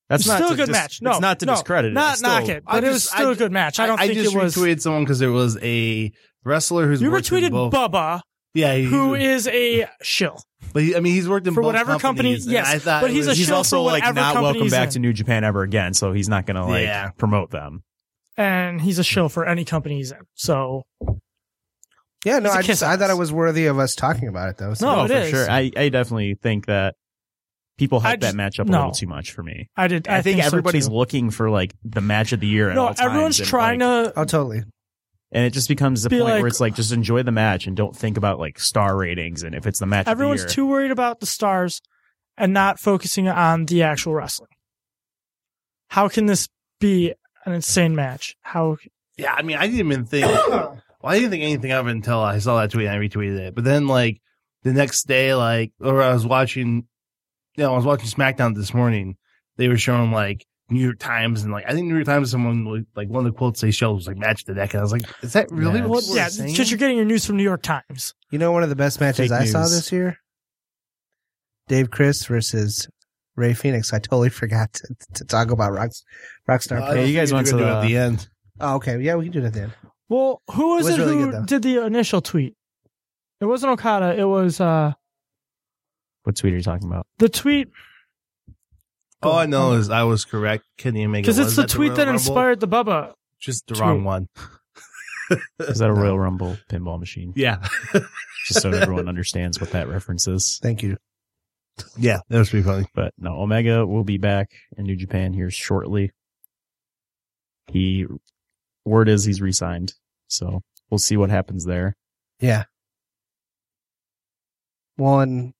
[SPEAKER 10] That's
[SPEAKER 9] It's
[SPEAKER 10] not
[SPEAKER 9] still
[SPEAKER 10] to
[SPEAKER 9] a good
[SPEAKER 10] dis-
[SPEAKER 9] match. No,
[SPEAKER 10] it's not to
[SPEAKER 9] no,
[SPEAKER 10] discredit it.
[SPEAKER 9] Not
[SPEAKER 10] It's still-
[SPEAKER 9] knock it, but
[SPEAKER 8] I
[SPEAKER 9] it was
[SPEAKER 8] just-
[SPEAKER 9] still
[SPEAKER 8] I-
[SPEAKER 9] a good match. I don't think
[SPEAKER 8] just
[SPEAKER 9] it was.
[SPEAKER 8] retweeted someone because there was a wrestler who's
[SPEAKER 9] you
[SPEAKER 8] worked in
[SPEAKER 9] retweeted
[SPEAKER 8] both.
[SPEAKER 9] Bubba,
[SPEAKER 8] Yeah, he,
[SPEAKER 9] who is a shill
[SPEAKER 8] But he, I mean, he's worked in
[SPEAKER 9] for
[SPEAKER 8] both
[SPEAKER 9] whatever company.
[SPEAKER 8] companies, and
[SPEAKER 9] Yes,
[SPEAKER 8] I thought
[SPEAKER 9] but
[SPEAKER 8] it
[SPEAKER 9] he's a
[SPEAKER 8] was-
[SPEAKER 10] He's
[SPEAKER 9] shill
[SPEAKER 10] also
[SPEAKER 9] for
[SPEAKER 10] like
[SPEAKER 9] whatever
[SPEAKER 10] not
[SPEAKER 9] company
[SPEAKER 10] welcome
[SPEAKER 9] he's
[SPEAKER 10] back
[SPEAKER 9] in.
[SPEAKER 10] to New Japan ever again, so he's not going to like
[SPEAKER 8] Yeah.
[SPEAKER 10] promote them.
[SPEAKER 9] and he's a shill for any company he's in. So
[SPEAKER 7] Yeah, no.
[SPEAKER 9] It's a
[SPEAKER 7] I just
[SPEAKER 9] kiss-ass.
[SPEAKER 7] I thought it was worthy of us talking about it though.
[SPEAKER 9] No,
[SPEAKER 10] oh,
[SPEAKER 9] it
[SPEAKER 10] for
[SPEAKER 9] is.
[SPEAKER 10] sure. I, I definitely think that people
[SPEAKER 9] I
[SPEAKER 10] hype
[SPEAKER 9] just-
[SPEAKER 10] that match up a
[SPEAKER 9] no.
[SPEAKER 10] little too much for me.
[SPEAKER 9] I did.
[SPEAKER 10] I,
[SPEAKER 9] I,
[SPEAKER 10] think,
[SPEAKER 9] so,
[SPEAKER 10] everybody's
[SPEAKER 9] too.
[SPEAKER 10] looking for like the match of the year. at
[SPEAKER 9] no.
[SPEAKER 10] all times,
[SPEAKER 9] Everyone's
[SPEAKER 10] and,
[SPEAKER 9] trying
[SPEAKER 10] like,
[SPEAKER 9] to
[SPEAKER 7] Oh, totally.
[SPEAKER 10] and it just becomes the
[SPEAKER 9] be
[SPEAKER 10] point
[SPEAKER 9] like-
[SPEAKER 10] where it's like just enjoy the match and don't think about like star ratings and if it's the match.
[SPEAKER 9] Everyone's
[SPEAKER 10] of the year.
[SPEAKER 9] too worried about the stars and not focusing on the actual wrestling. How can this be an insane match? How
[SPEAKER 8] Yeah, I mean, I didn't even think. well, I didn't think anything of it until I saw that tweet and I retweeted it. But then, like the next day, like or I was watching, you know, I was watching SmackDown this morning. They were showing like New York Times and like I think New York Times. Someone was- like one of the quotes they showed was like match the deck, and I was like, is that really
[SPEAKER 10] Yeah.
[SPEAKER 8] what? we're
[SPEAKER 9] yeah,
[SPEAKER 8] saying?
[SPEAKER 9] because you're getting your news from New York Times.
[SPEAKER 7] You know, one of the best matches
[SPEAKER 10] Fake
[SPEAKER 7] I saw
[SPEAKER 10] news.
[SPEAKER 7] this year. Dave Chris versus Ray Phoenix. I totally forgot to, to talk about Rock, Rockstar.
[SPEAKER 8] Uh,
[SPEAKER 7] Pro.
[SPEAKER 10] Yeah, you guys
[SPEAKER 8] you're
[SPEAKER 10] went to
[SPEAKER 8] gonna do
[SPEAKER 10] the-
[SPEAKER 8] it at the end.
[SPEAKER 7] Oh, okay. Yeah, we can do that then.
[SPEAKER 9] Well, who was
[SPEAKER 7] Was
[SPEAKER 9] it,
[SPEAKER 7] really
[SPEAKER 9] who
[SPEAKER 7] good, though.
[SPEAKER 9] did the initial tweet? It wasn't Okada. It was uh
[SPEAKER 10] What tweet are you talking about?
[SPEAKER 9] the tweet
[SPEAKER 8] All I know is I was correct. Kenny Omega
[SPEAKER 9] because it's
[SPEAKER 8] was
[SPEAKER 9] the
[SPEAKER 8] at
[SPEAKER 9] tweet
[SPEAKER 8] Royal
[SPEAKER 9] that
[SPEAKER 8] Rumble,
[SPEAKER 9] inspired the Bubba.
[SPEAKER 8] Just the
[SPEAKER 9] tweet.
[SPEAKER 8] wrong one.
[SPEAKER 10] Is that a Royal Rumble pinball machine?
[SPEAKER 8] Yeah,
[SPEAKER 10] Just so everyone understands what that reference is.
[SPEAKER 7] Thank you.
[SPEAKER 8] yeah, that was pretty funny.
[SPEAKER 10] But no, Omega will be back in New Japan here shortly. He, word is he's re-signed, so we'll see what happens there.
[SPEAKER 7] Yeah. One.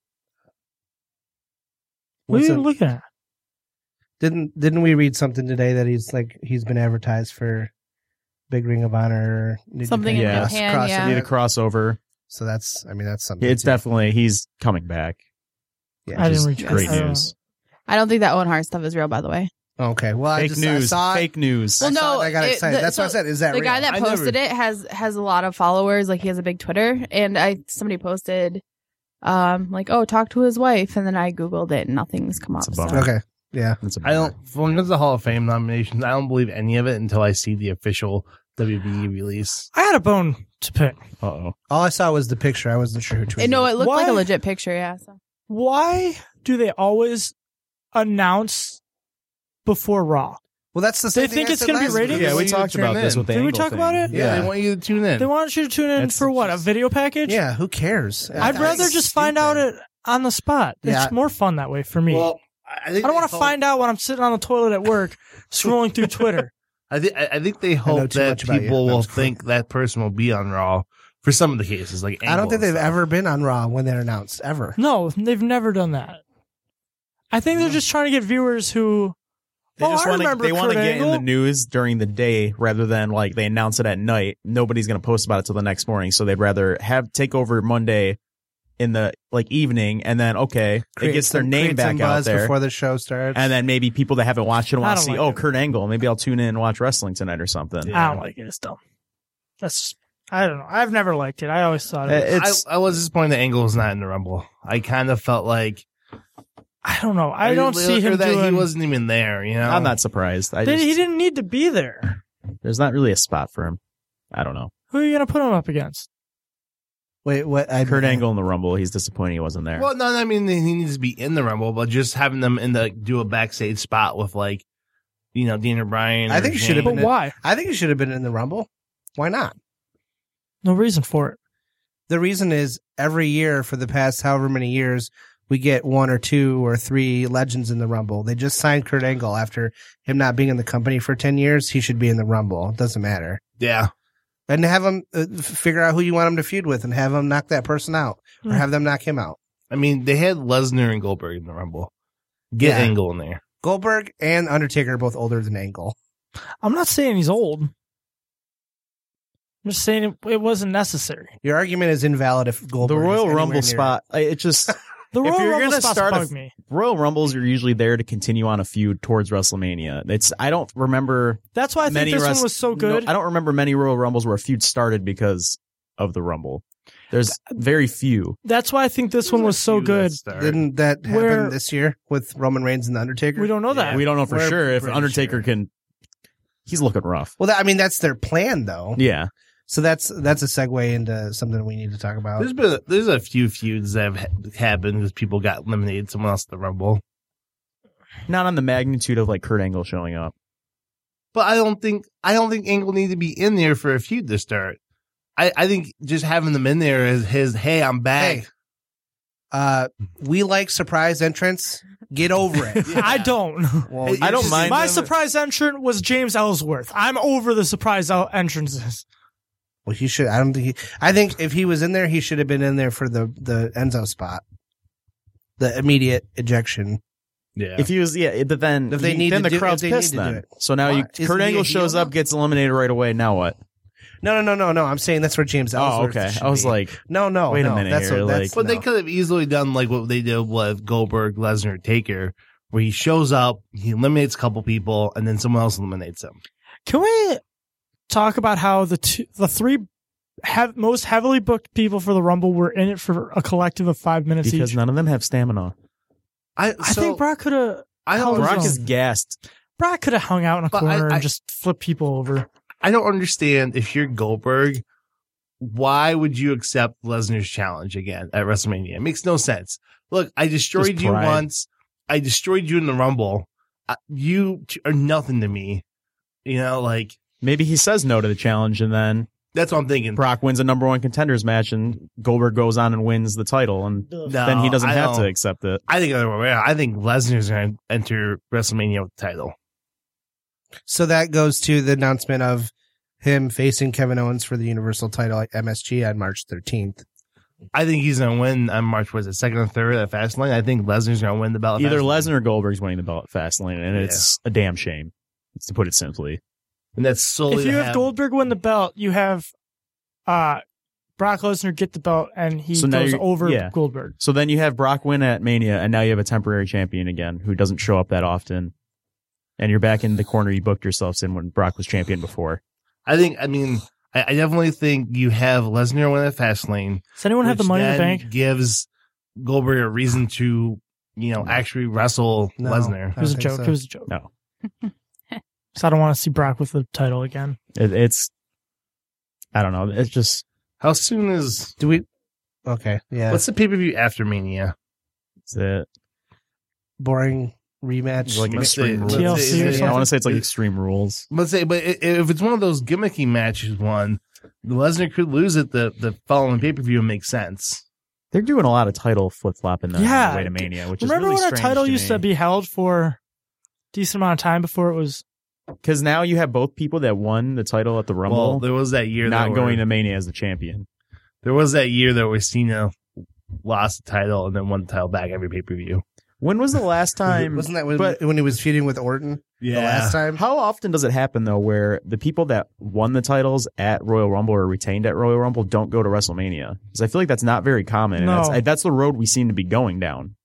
[SPEAKER 9] What are
[SPEAKER 7] What's
[SPEAKER 9] you
[SPEAKER 7] up?
[SPEAKER 9] looking at?
[SPEAKER 7] Didn't didn't we read something today that he's like he's been advertised for Big Ring of Honor New
[SPEAKER 11] Something
[SPEAKER 10] in
[SPEAKER 7] Cross-
[SPEAKER 11] Japan,
[SPEAKER 7] Cross
[SPEAKER 11] yeah.
[SPEAKER 10] Need a
[SPEAKER 7] Internet.
[SPEAKER 10] crossover.
[SPEAKER 7] So that's I mean that's something.
[SPEAKER 10] It's
[SPEAKER 7] too.
[SPEAKER 10] definitely he's coming back.
[SPEAKER 7] Yeah,
[SPEAKER 9] I
[SPEAKER 10] Which is
[SPEAKER 9] didn't read
[SPEAKER 10] great
[SPEAKER 9] I don't
[SPEAKER 10] news.
[SPEAKER 11] I don't think that Owen Hart stuff is real, by the way.
[SPEAKER 7] Okay. Well, I
[SPEAKER 10] Fake
[SPEAKER 7] just I
[SPEAKER 10] news.
[SPEAKER 7] saw it.
[SPEAKER 10] Fake news.
[SPEAKER 7] I
[SPEAKER 11] Well,
[SPEAKER 7] saw it,
[SPEAKER 11] no,
[SPEAKER 7] I got
[SPEAKER 11] it-
[SPEAKER 7] excited.
[SPEAKER 11] the-
[SPEAKER 7] That's what I
[SPEAKER 11] so
[SPEAKER 7] said. Is that
[SPEAKER 11] the
[SPEAKER 7] real?
[SPEAKER 11] guy that
[SPEAKER 8] I never-
[SPEAKER 11] posted it has has a lot of followers. Like he has a big Twitter, and I somebody posted um, like, oh, talk to his wife. And then I Googled it and nothing's come up. so-
[SPEAKER 7] Okay. Yeah.
[SPEAKER 8] I don't, when it comes to the Hall of Fame nominations, I don't believe any of it until I see the official WBE release.
[SPEAKER 9] I had a bone to pick.
[SPEAKER 8] Uh oh.
[SPEAKER 7] All I saw was the picture. I wasn't sure who tweeted.
[SPEAKER 11] And no, it looked like a
[SPEAKER 9] Why-
[SPEAKER 11] legit picture. Yeah. So.
[SPEAKER 9] Why do they always announce before Raw?
[SPEAKER 7] Well, that's the same
[SPEAKER 9] They think
[SPEAKER 7] thing I
[SPEAKER 9] it's
[SPEAKER 7] said
[SPEAKER 9] gonna be
[SPEAKER 7] last week.
[SPEAKER 9] rated?
[SPEAKER 10] Yeah,
[SPEAKER 8] They
[SPEAKER 10] we
[SPEAKER 8] want you to
[SPEAKER 10] talked
[SPEAKER 8] tune
[SPEAKER 10] about this
[SPEAKER 8] in.
[SPEAKER 10] with the
[SPEAKER 9] Did we
[SPEAKER 10] angle
[SPEAKER 9] talk
[SPEAKER 10] thing.
[SPEAKER 9] about it?
[SPEAKER 8] Yeah, they want you to tune in.
[SPEAKER 9] They want you to tune in
[SPEAKER 8] That's
[SPEAKER 9] for what? A
[SPEAKER 8] just-
[SPEAKER 9] video package?
[SPEAKER 7] Yeah, who cares?
[SPEAKER 9] I'd rather just find out it on the spot. It's
[SPEAKER 7] Yeah.
[SPEAKER 9] more fun that way for me.
[SPEAKER 8] I,
[SPEAKER 9] I don't want to find out when I'm sitting on the toilet at work scrolling through Twitter.
[SPEAKER 8] I think I I think they
[SPEAKER 7] know
[SPEAKER 8] hope
[SPEAKER 7] too
[SPEAKER 8] that
[SPEAKER 7] much about you.
[SPEAKER 8] people
[SPEAKER 7] That
[SPEAKER 8] will
[SPEAKER 7] was cool.
[SPEAKER 8] think that person will be on Raw for some of the cases. Like
[SPEAKER 7] I don't think
[SPEAKER 8] Angle
[SPEAKER 7] they've
[SPEAKER 8] and
[SPEAKER 7] ever been on Raw when they're announced ever.
[SPEAKER 9] No, they've never done that. I think they're just trying to get viewers who.
[SPEAKER 10] They
[SPEAKER 9] oh,
[SPEAKER 10] just
[SPEAKER 9] I
[SPEAKER 10] want to
[SPEAKER 9] remember
[SPEAKER 10] they want to
[SPEAKER 9] Kurt
[SPEAKER 10] get in
[SPEAKER 9] Angle.
[SPEAKER 10] the news during the day rather than like they announce it at night. Nobody's going to post about it till the next morning, so they'd rather have take over Monday in the like evening and then okay, it
[SPEAKER 7] Create
[SPEAKER 10] gets their
[SPEAKER 7] some-
[SPEAKER 10] name
[SPEAKER 7] create
[SPEAKER 10] back
[SPEAKER 7] some
[SPEAKER 10] out
[SPEAKER 7] buzz
[SPEAKER 10] there.
[SPEAKER 7] before the show starts.
[SPEAKER 10] and then maybe people that haven't watched it
[SPEAKER 9] I
[SPEAKER 10] want
[SPEAKER 9] don't
[SPEAKER 10] to see,
[SPEAKER 9] like
[SPEAKER 10] oh,
[SPEAKER 9] it.
[SPEAKER 10] Kurt Angle. Maybe I'll tune in and watch wrestling tonight or something.
[SPEAKER 9] I don't like it. It's dumb. That's. I don't know. I've never liked it. I always thought
[SPEAKER 10] Uh,
[SPEAKER 9] it was
[SPEAKER 8] stuff.
[SPEAKER 10] It's
[SPEAKER 8] I, I was disappointed that Angle was not in the Rumble. I kind of felt like
[SPEAKER 9] I don't know. I don't see
[SPEAKER 8] or
[SPEAKER 9] him
[SPEAKER 8] that
[SPEAKER 9] doing.
[SPEAKER 8] he wasn't even there. You know,
[SPEAKER 10] I'm not surprised. I
[SPEAKER 9] They-
[SPEAKER 10] just,
[SPEAKER 9] he didn't need to be there.
[SPEAKER 10] there's not really a spot for him. I don't know.
[SPEAKER 9] Who are you going to put him up against?
[SPEAKER 7] Wait, what? I,
[SPEAKER 10] Kurt Angle in the Rumble. He's disappointing he wasn't there.
[SPEAKER 8] Well, no, I mean he needs to be in the Rumble, but just having them in the do a backstage spot with like, you know, Dean O'Brien.
[SPEAKER 7] I
[SPEAKER 8] or
[SPEAKER 7] think it
[SPEAKER 8] Shane.
[SPEAKER 7] should have
[SPEAKER 9] But
[SPEAKER 7] been in-
[SPEAKER 9] why?
[SPEAKER 7] I think he should have been in the Rumble. Why not?
[SPEAKER 9] No reason for it.
[SPEAKER 7] The reason is every year for the past however many years, we get one or two or three legends in the Rumble. They just signed Kurt Angle after him not being in the company for 10 years. He should be in the Rumble. It doesn't matter.
[SPEAKER 8] Yeah,
[SPEAKER 7] And have him uh, f- figure out who you want him to feud with and have him knock that person out or
[SPEAKER 9] Hmm.
[SPEAKER 7] have them knock him out.
[SPEAKER 8] I mean they had Lesnar and Goldberg in the Rumble. Get
[SPEAKER 7] Yeah.
[SPEAKER 8] Angle in there.
[SPEAKER 7] Goldberg and Undertaker are both older than Angle.
[SPEAKER 9] I'm not saying he's old. I'm just saying it, it wasn't necessary.
[SPEAKER 7] Your argument is invalid if
[SPEAKER 10] the
[SPEAKER 7] Goldberg. is
[SPEAKER 10] Royal
[SPEAKER 7] anywhere
[SPEAKER 10] Rumble
[SPEAKER 7] near-
[SPEAKER 10] spot. I- It just
[SPEAKER 9] The
[SPEAKER 10] If
[SPEAKER 9] Royal
[SPEAKER 10] you're
[SPEAKER 9] Rumble
[SPEAKER 10] gonna
[SPEAKER 9] spots
[SPEAKER 10] start a-
[SPEAKER 9] bug me.
[SPEAKER 10] Royal Rumbles are usually there to continue on a feud towards WrestleMania. It's I don't remember
[SPEAKER 9] That's why I think
[SPEAKER 10] many
[SPEAKER 9] this
[SPEAKER 10] wrest-
[SPEAKER 9] one was so
[SPEAKER 7] Oh,
[SPEAKER 10] no,
[SPEAKER 9] good.
[SPEAKER 10] I don't remember many Royal Rumbles where a feud started because of the Rumble. There's very few.
[SPEAKER 9] That's why I think this one was so
[SPEAKER 8] Few that
[SPEAKER 9] good.
[SPEAKER 8] started.
[SPEAKER 7] Didn't that happen
[SPEAKER 9] Where-
[SPEAKER 7] this year with Roman Reigns and the Undertaker?
[SPEAKER 9] We don't know that.
[SPEAKER 10] We don't know for
[SPEAKER 7] We're
[SPEAKER 10] sure if
[SPEAKER 7] pretty
[SPEAKER 10] Undertaker
[SPEAKER 7] sure.
[SPEAKER 10] can. He's looking rough.
[SPEAKER 7] Well, that, I mean that's their plan though.
[SPEAKER 10] Yeah,
[SPEAKER 7] So that's that's a segue into something we need to talk about.
[SPEAKER 8] There's been there's a few feuds that have ha- happened because people got eliminated, someone else in the Rumble.
[SPEAKER 10] not on the magnitude of like Kurt Angle showing up.
[SPEAKER 8] But I don't think I don't think Angle needed to be in there for a feud to start. I, I think just having them in there is his hey I'm back.
[SPEAKER 7] Hey. Uh, we like surprise entrance. Get over it.
[SPEAKER 9] I don't.
[SPEAKER 7] Well,
[SPEAKER 10] I don't mind.
[SPEAKER 9] My
[SPEAKER 10] them.
[SPEAKER 9] surprise entrant was James Ellsworth. I'm over the surprise el- entrances.
[SPEAKER 7] Well, he should. I don't think. He, I think if he was in there, he should have been in there for the the Enzo spot, the immediate ejection.
[SPEAKER 8] Yeah.
[SPEAKER 10] If he was, yeah, but then
[SPEAKER 7] If they
[SPEAKER 10] you-
[SPEAKER 7] need
[SPEAKER 10] then
[SPEAKER 7] to
[SPEAKER 10] the
[SPEAKER 7] do-
[SPEAKER 10] crowd's
[SPEAKER 7] if they need
[SPEAKER 10] pissed.
[SPEAKER 7] to do
[SPEAKER 10] Then
[SPEAKER 7] it.
[SPEAKER 10] so now you,
[SPEAKER 7] Why? Isn't
[SPEAKER 10] Kurt
[SPEAKER 7] he a
[SPEAKER 10] Angle
[SPEAKER 7] heel
[SPEAKER 10] shows up,
[SPEAKER 7] now?
[SPEAKER 10] gets eliminated right away. Now what?
[SPEAKER 7] No, no, no, no, no. I'm saying that's where James
[SPEAKER 10] Oh,
[SPEAKER 7] Ellsworth.
[SPEAKER 10] okay.
[SPEAKER 7] should
[SPEAKER 10] I was
[SPEAKER 7] be.
[SPEAKER 10] like,
[SPEAKER 7] no, no.
[SPEAKER 10] wait a
[SPEAKER 7] no,
[SPEAKER 10] minute
[SPEAKER 7] That's
[SPEAKER 10] here,
[SPEAKER 7] what,
[SPEAKER 10] like-
[SPEAKER 7] that's,
[SPEAKER 8] But they
[SPEAKER 7] no.
[SPEAKER 8] could have easily done like what they did with Goldberg, Lesnar, Taker, where he shows up, he eliminates a couple people, and then someone else eliminates him.
[SPEAKER 9] Can we talk about how the two, the three have most heavily booked people for the Rumble were in it for a collective of five minutes
[SPEAKER 10] because
[SPEAKER 9] each?
[SPEAKER 10] none of them have stamina.
[SPEAKER 8] I
[SPEAKER 9] I
[SPEAKER 8] so
[SPEAKER 9] think Brock could have.
[SPEAKER 8] I don't
[SPEAKER 9] Brock
[SPEAKER 10] Brock
[SPEAKER 9] is-
[SPEAKER 10] is gassed.
[SPEAKER 9] Brock could have hung out in a
[SPEAKER 8] But I-
[SPEAKER 9] corner
[SPEAKER 8] I-
[SPEAKER 9] and just flipped people over.
[SPEAKER 8] I don't understand if you're Goldberg, why would you accept Lesnar's challenge again at WrestleMania? It makes no sense. Look, I destroyed
[SPEAKER 10] Just
[SPEAKER 8] you
[SPEAKER 10] pride.
[SPEAKER 8] once. I destroyed you in the Rumble. I, you t- are nothing to me. You know, like
[SPEAKER 10] Maybe he says no to the challenge, and then
[SPEAKER 8] that's what I'm thinking.
[SPEAKER 10] Brock wins a number one contenders match, and Goldberg goes on and wins the title, and
[SPEAKER 8] No,
[SPEAKER 10] then he doesn't
[SPEAKER 8] I
[SPEAKER 10] have to
[SPEAKER 8] don't.
[SPEAKER 10] accept it.
[SPEAKER 8] I think the other way around. I think Lesnar's going to enter WrestleMania with the title.
[SPEAKER 7] So that goes to the announcement of him facing Kevin Owens for the Universal title at MSG on March 13th.
[SPEAKER 8] I think he's going to win on March was it second or third at Fastlane. I think Lesnar's going to win the belt. at
[SPEAKER 10] Either
[SPEAKER 8] Fastlane.
[SPEAKER 10] Lesnar or Goldberg's winning the belt at Fastlane, and it's a damn shame, to put it simply.
[SPEAKER 8] and that's solely
[SPEAKER 9] if you
[SPEAKER 8] to
[SPEAKER 9] have Goldberg win the belt, you have uh, Brock Lesnar get the belt, and he
[SPEAKER 10] So now
[SPEAKER 9] goes
[SPEAKER 10] you're-
[SPEAKER 9] over
[SPEAKER 10] yeah.
[SPEAKER 9] Goldberg.
[SPEAKER 10] So then you have Brock win at Mania, and now you have a temporary champion again who doesn't show up that often, and you're back in the corner you booked yourselves in when Brock was champion before.
[SPEAKER 8] I think. I mean, I, I definitely think you have Lesnar win at Fastlane.
[SPEAKER 9] Does anyone have the
[SPEAKER 8] which
[SPEAKER 9] money in the
[SPEAKER 8] then
[SPEAKER 9] bank?
[SPEAKER 8] Gives Goldberg a reason to, you know, actually wrestle
[SPEAKER 9] No,
[SPEAKER 8] Lesnar.
[SPEAKER 9] I don't It was a think joke. so. It was a joke.
[SPEAKER 10] No.
[SPEAKER 9] So I don't want to see Brock with the title again.
[SPEAKER 10] It, it's, I don't know. It's just
[SPEAKER 8] how soon is
[SPEAKER 7] do we? Okay, yeah.
[SPEAKER 8] What's the pay per view after Mania?
[SPEAKER 10] That's it.
[SPEAKER 7] boring rematch?
[SPEAKER 10] Like
[SPEAKER 8] Let's
[SPEAKER 10] extreme rules.
[SPEAKER 8] say- let's say-
[SPEAKER 10] I want to say it's like
[SPEAKER 8] Is-
[SPEAKER 10] extreme rules.
[SPEAKER 8] Let's say, but i- if it's one of those gimmicky matches, one Lesnar could lose it the the following pay per view and make sense.
[SPEAKER 10] They're doing a lot of title flip flopping though.
[SPEAKER 9] Yeah.
[SPEAKER 10] Yeah, way to mania, which
[SPEAKER 9] Remember
[SPEAKER 10] is really
[SPEAKER 9] when a title used to be held for decent amount of time before it was
[SPEAKER 10] because now you have both people that won the title at the Rumble.
[SPEAKER 8] Well, there was that year
[SPEAKER 10] not
[SPEAKER 8] that
[SPEAKER 10] going
[SPEAKER 8] where-
[SPEAKER 10] to Mania as the champion.
[SPEAKER 8] There was that year though where Cena lost the title and then won the title back every pay per view.
[SPEAKER 10] When was the last time?
[SPEAKER 7] Wasn't that when,
[SPEAKER 10] but-
[SPEAKER 7] when he was feuding with Orton? The last time?
[SPEAKER 10] How often does it happen though, where the people that won the titles at Royal Rumble or retained at Royal Rumble don't go to WrestleMania? Because I feel like that's not very common.
[SPEAKER 9] No.
[SPEAKER 10] And that's, that's the road we seem to be going down.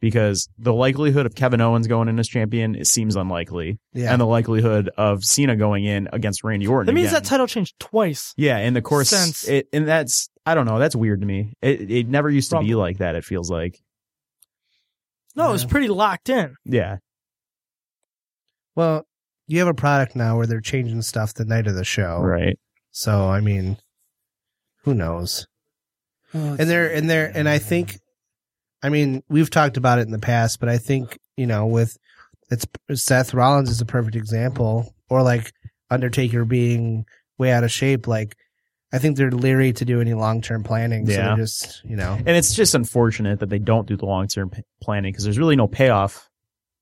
[SPEAKER 10] Because the likelihood of Kevin Owens going in as champion it seems unlikely,
[SPEAKER 7] Yeah.
[SPEAKER 10] and the likelihood of Cena going in against Randy Orton.
[SPEAKER 9] That means
[SPEAKER 10] again.
[SPEAKER 9] that title changed twice.
[SPEAKER 10] Yeah, in the course,
[SPEAKER 9] Since-
[SPEAKER 10] it, and that's I don't know. That's weird to me. It it never used to be like that. It feels like
[SPEAKER 9] No, it was pretty locked in.
[SPEAKER 10] yeah.
[SPEAKER 7] Well, you have a product now where they're changing stuff the night of the show,
[SPEAKER 10] Right.
[SPEAKER 7] So I mean, who knows? and they're and they're and I think, I mean, we've talked about it in the past, but I think you know with it's Seth Rollins is a perfect example, or like Undertaker being way out of shape. Like I think they're leery to do any long term planning, so
[SPEAKER 10] Yeah.
[SPEAKER 7] they're just you know
[SPEAKER 10] And it's just unfortunate that they don't do the long term p- planning because there's really no payoff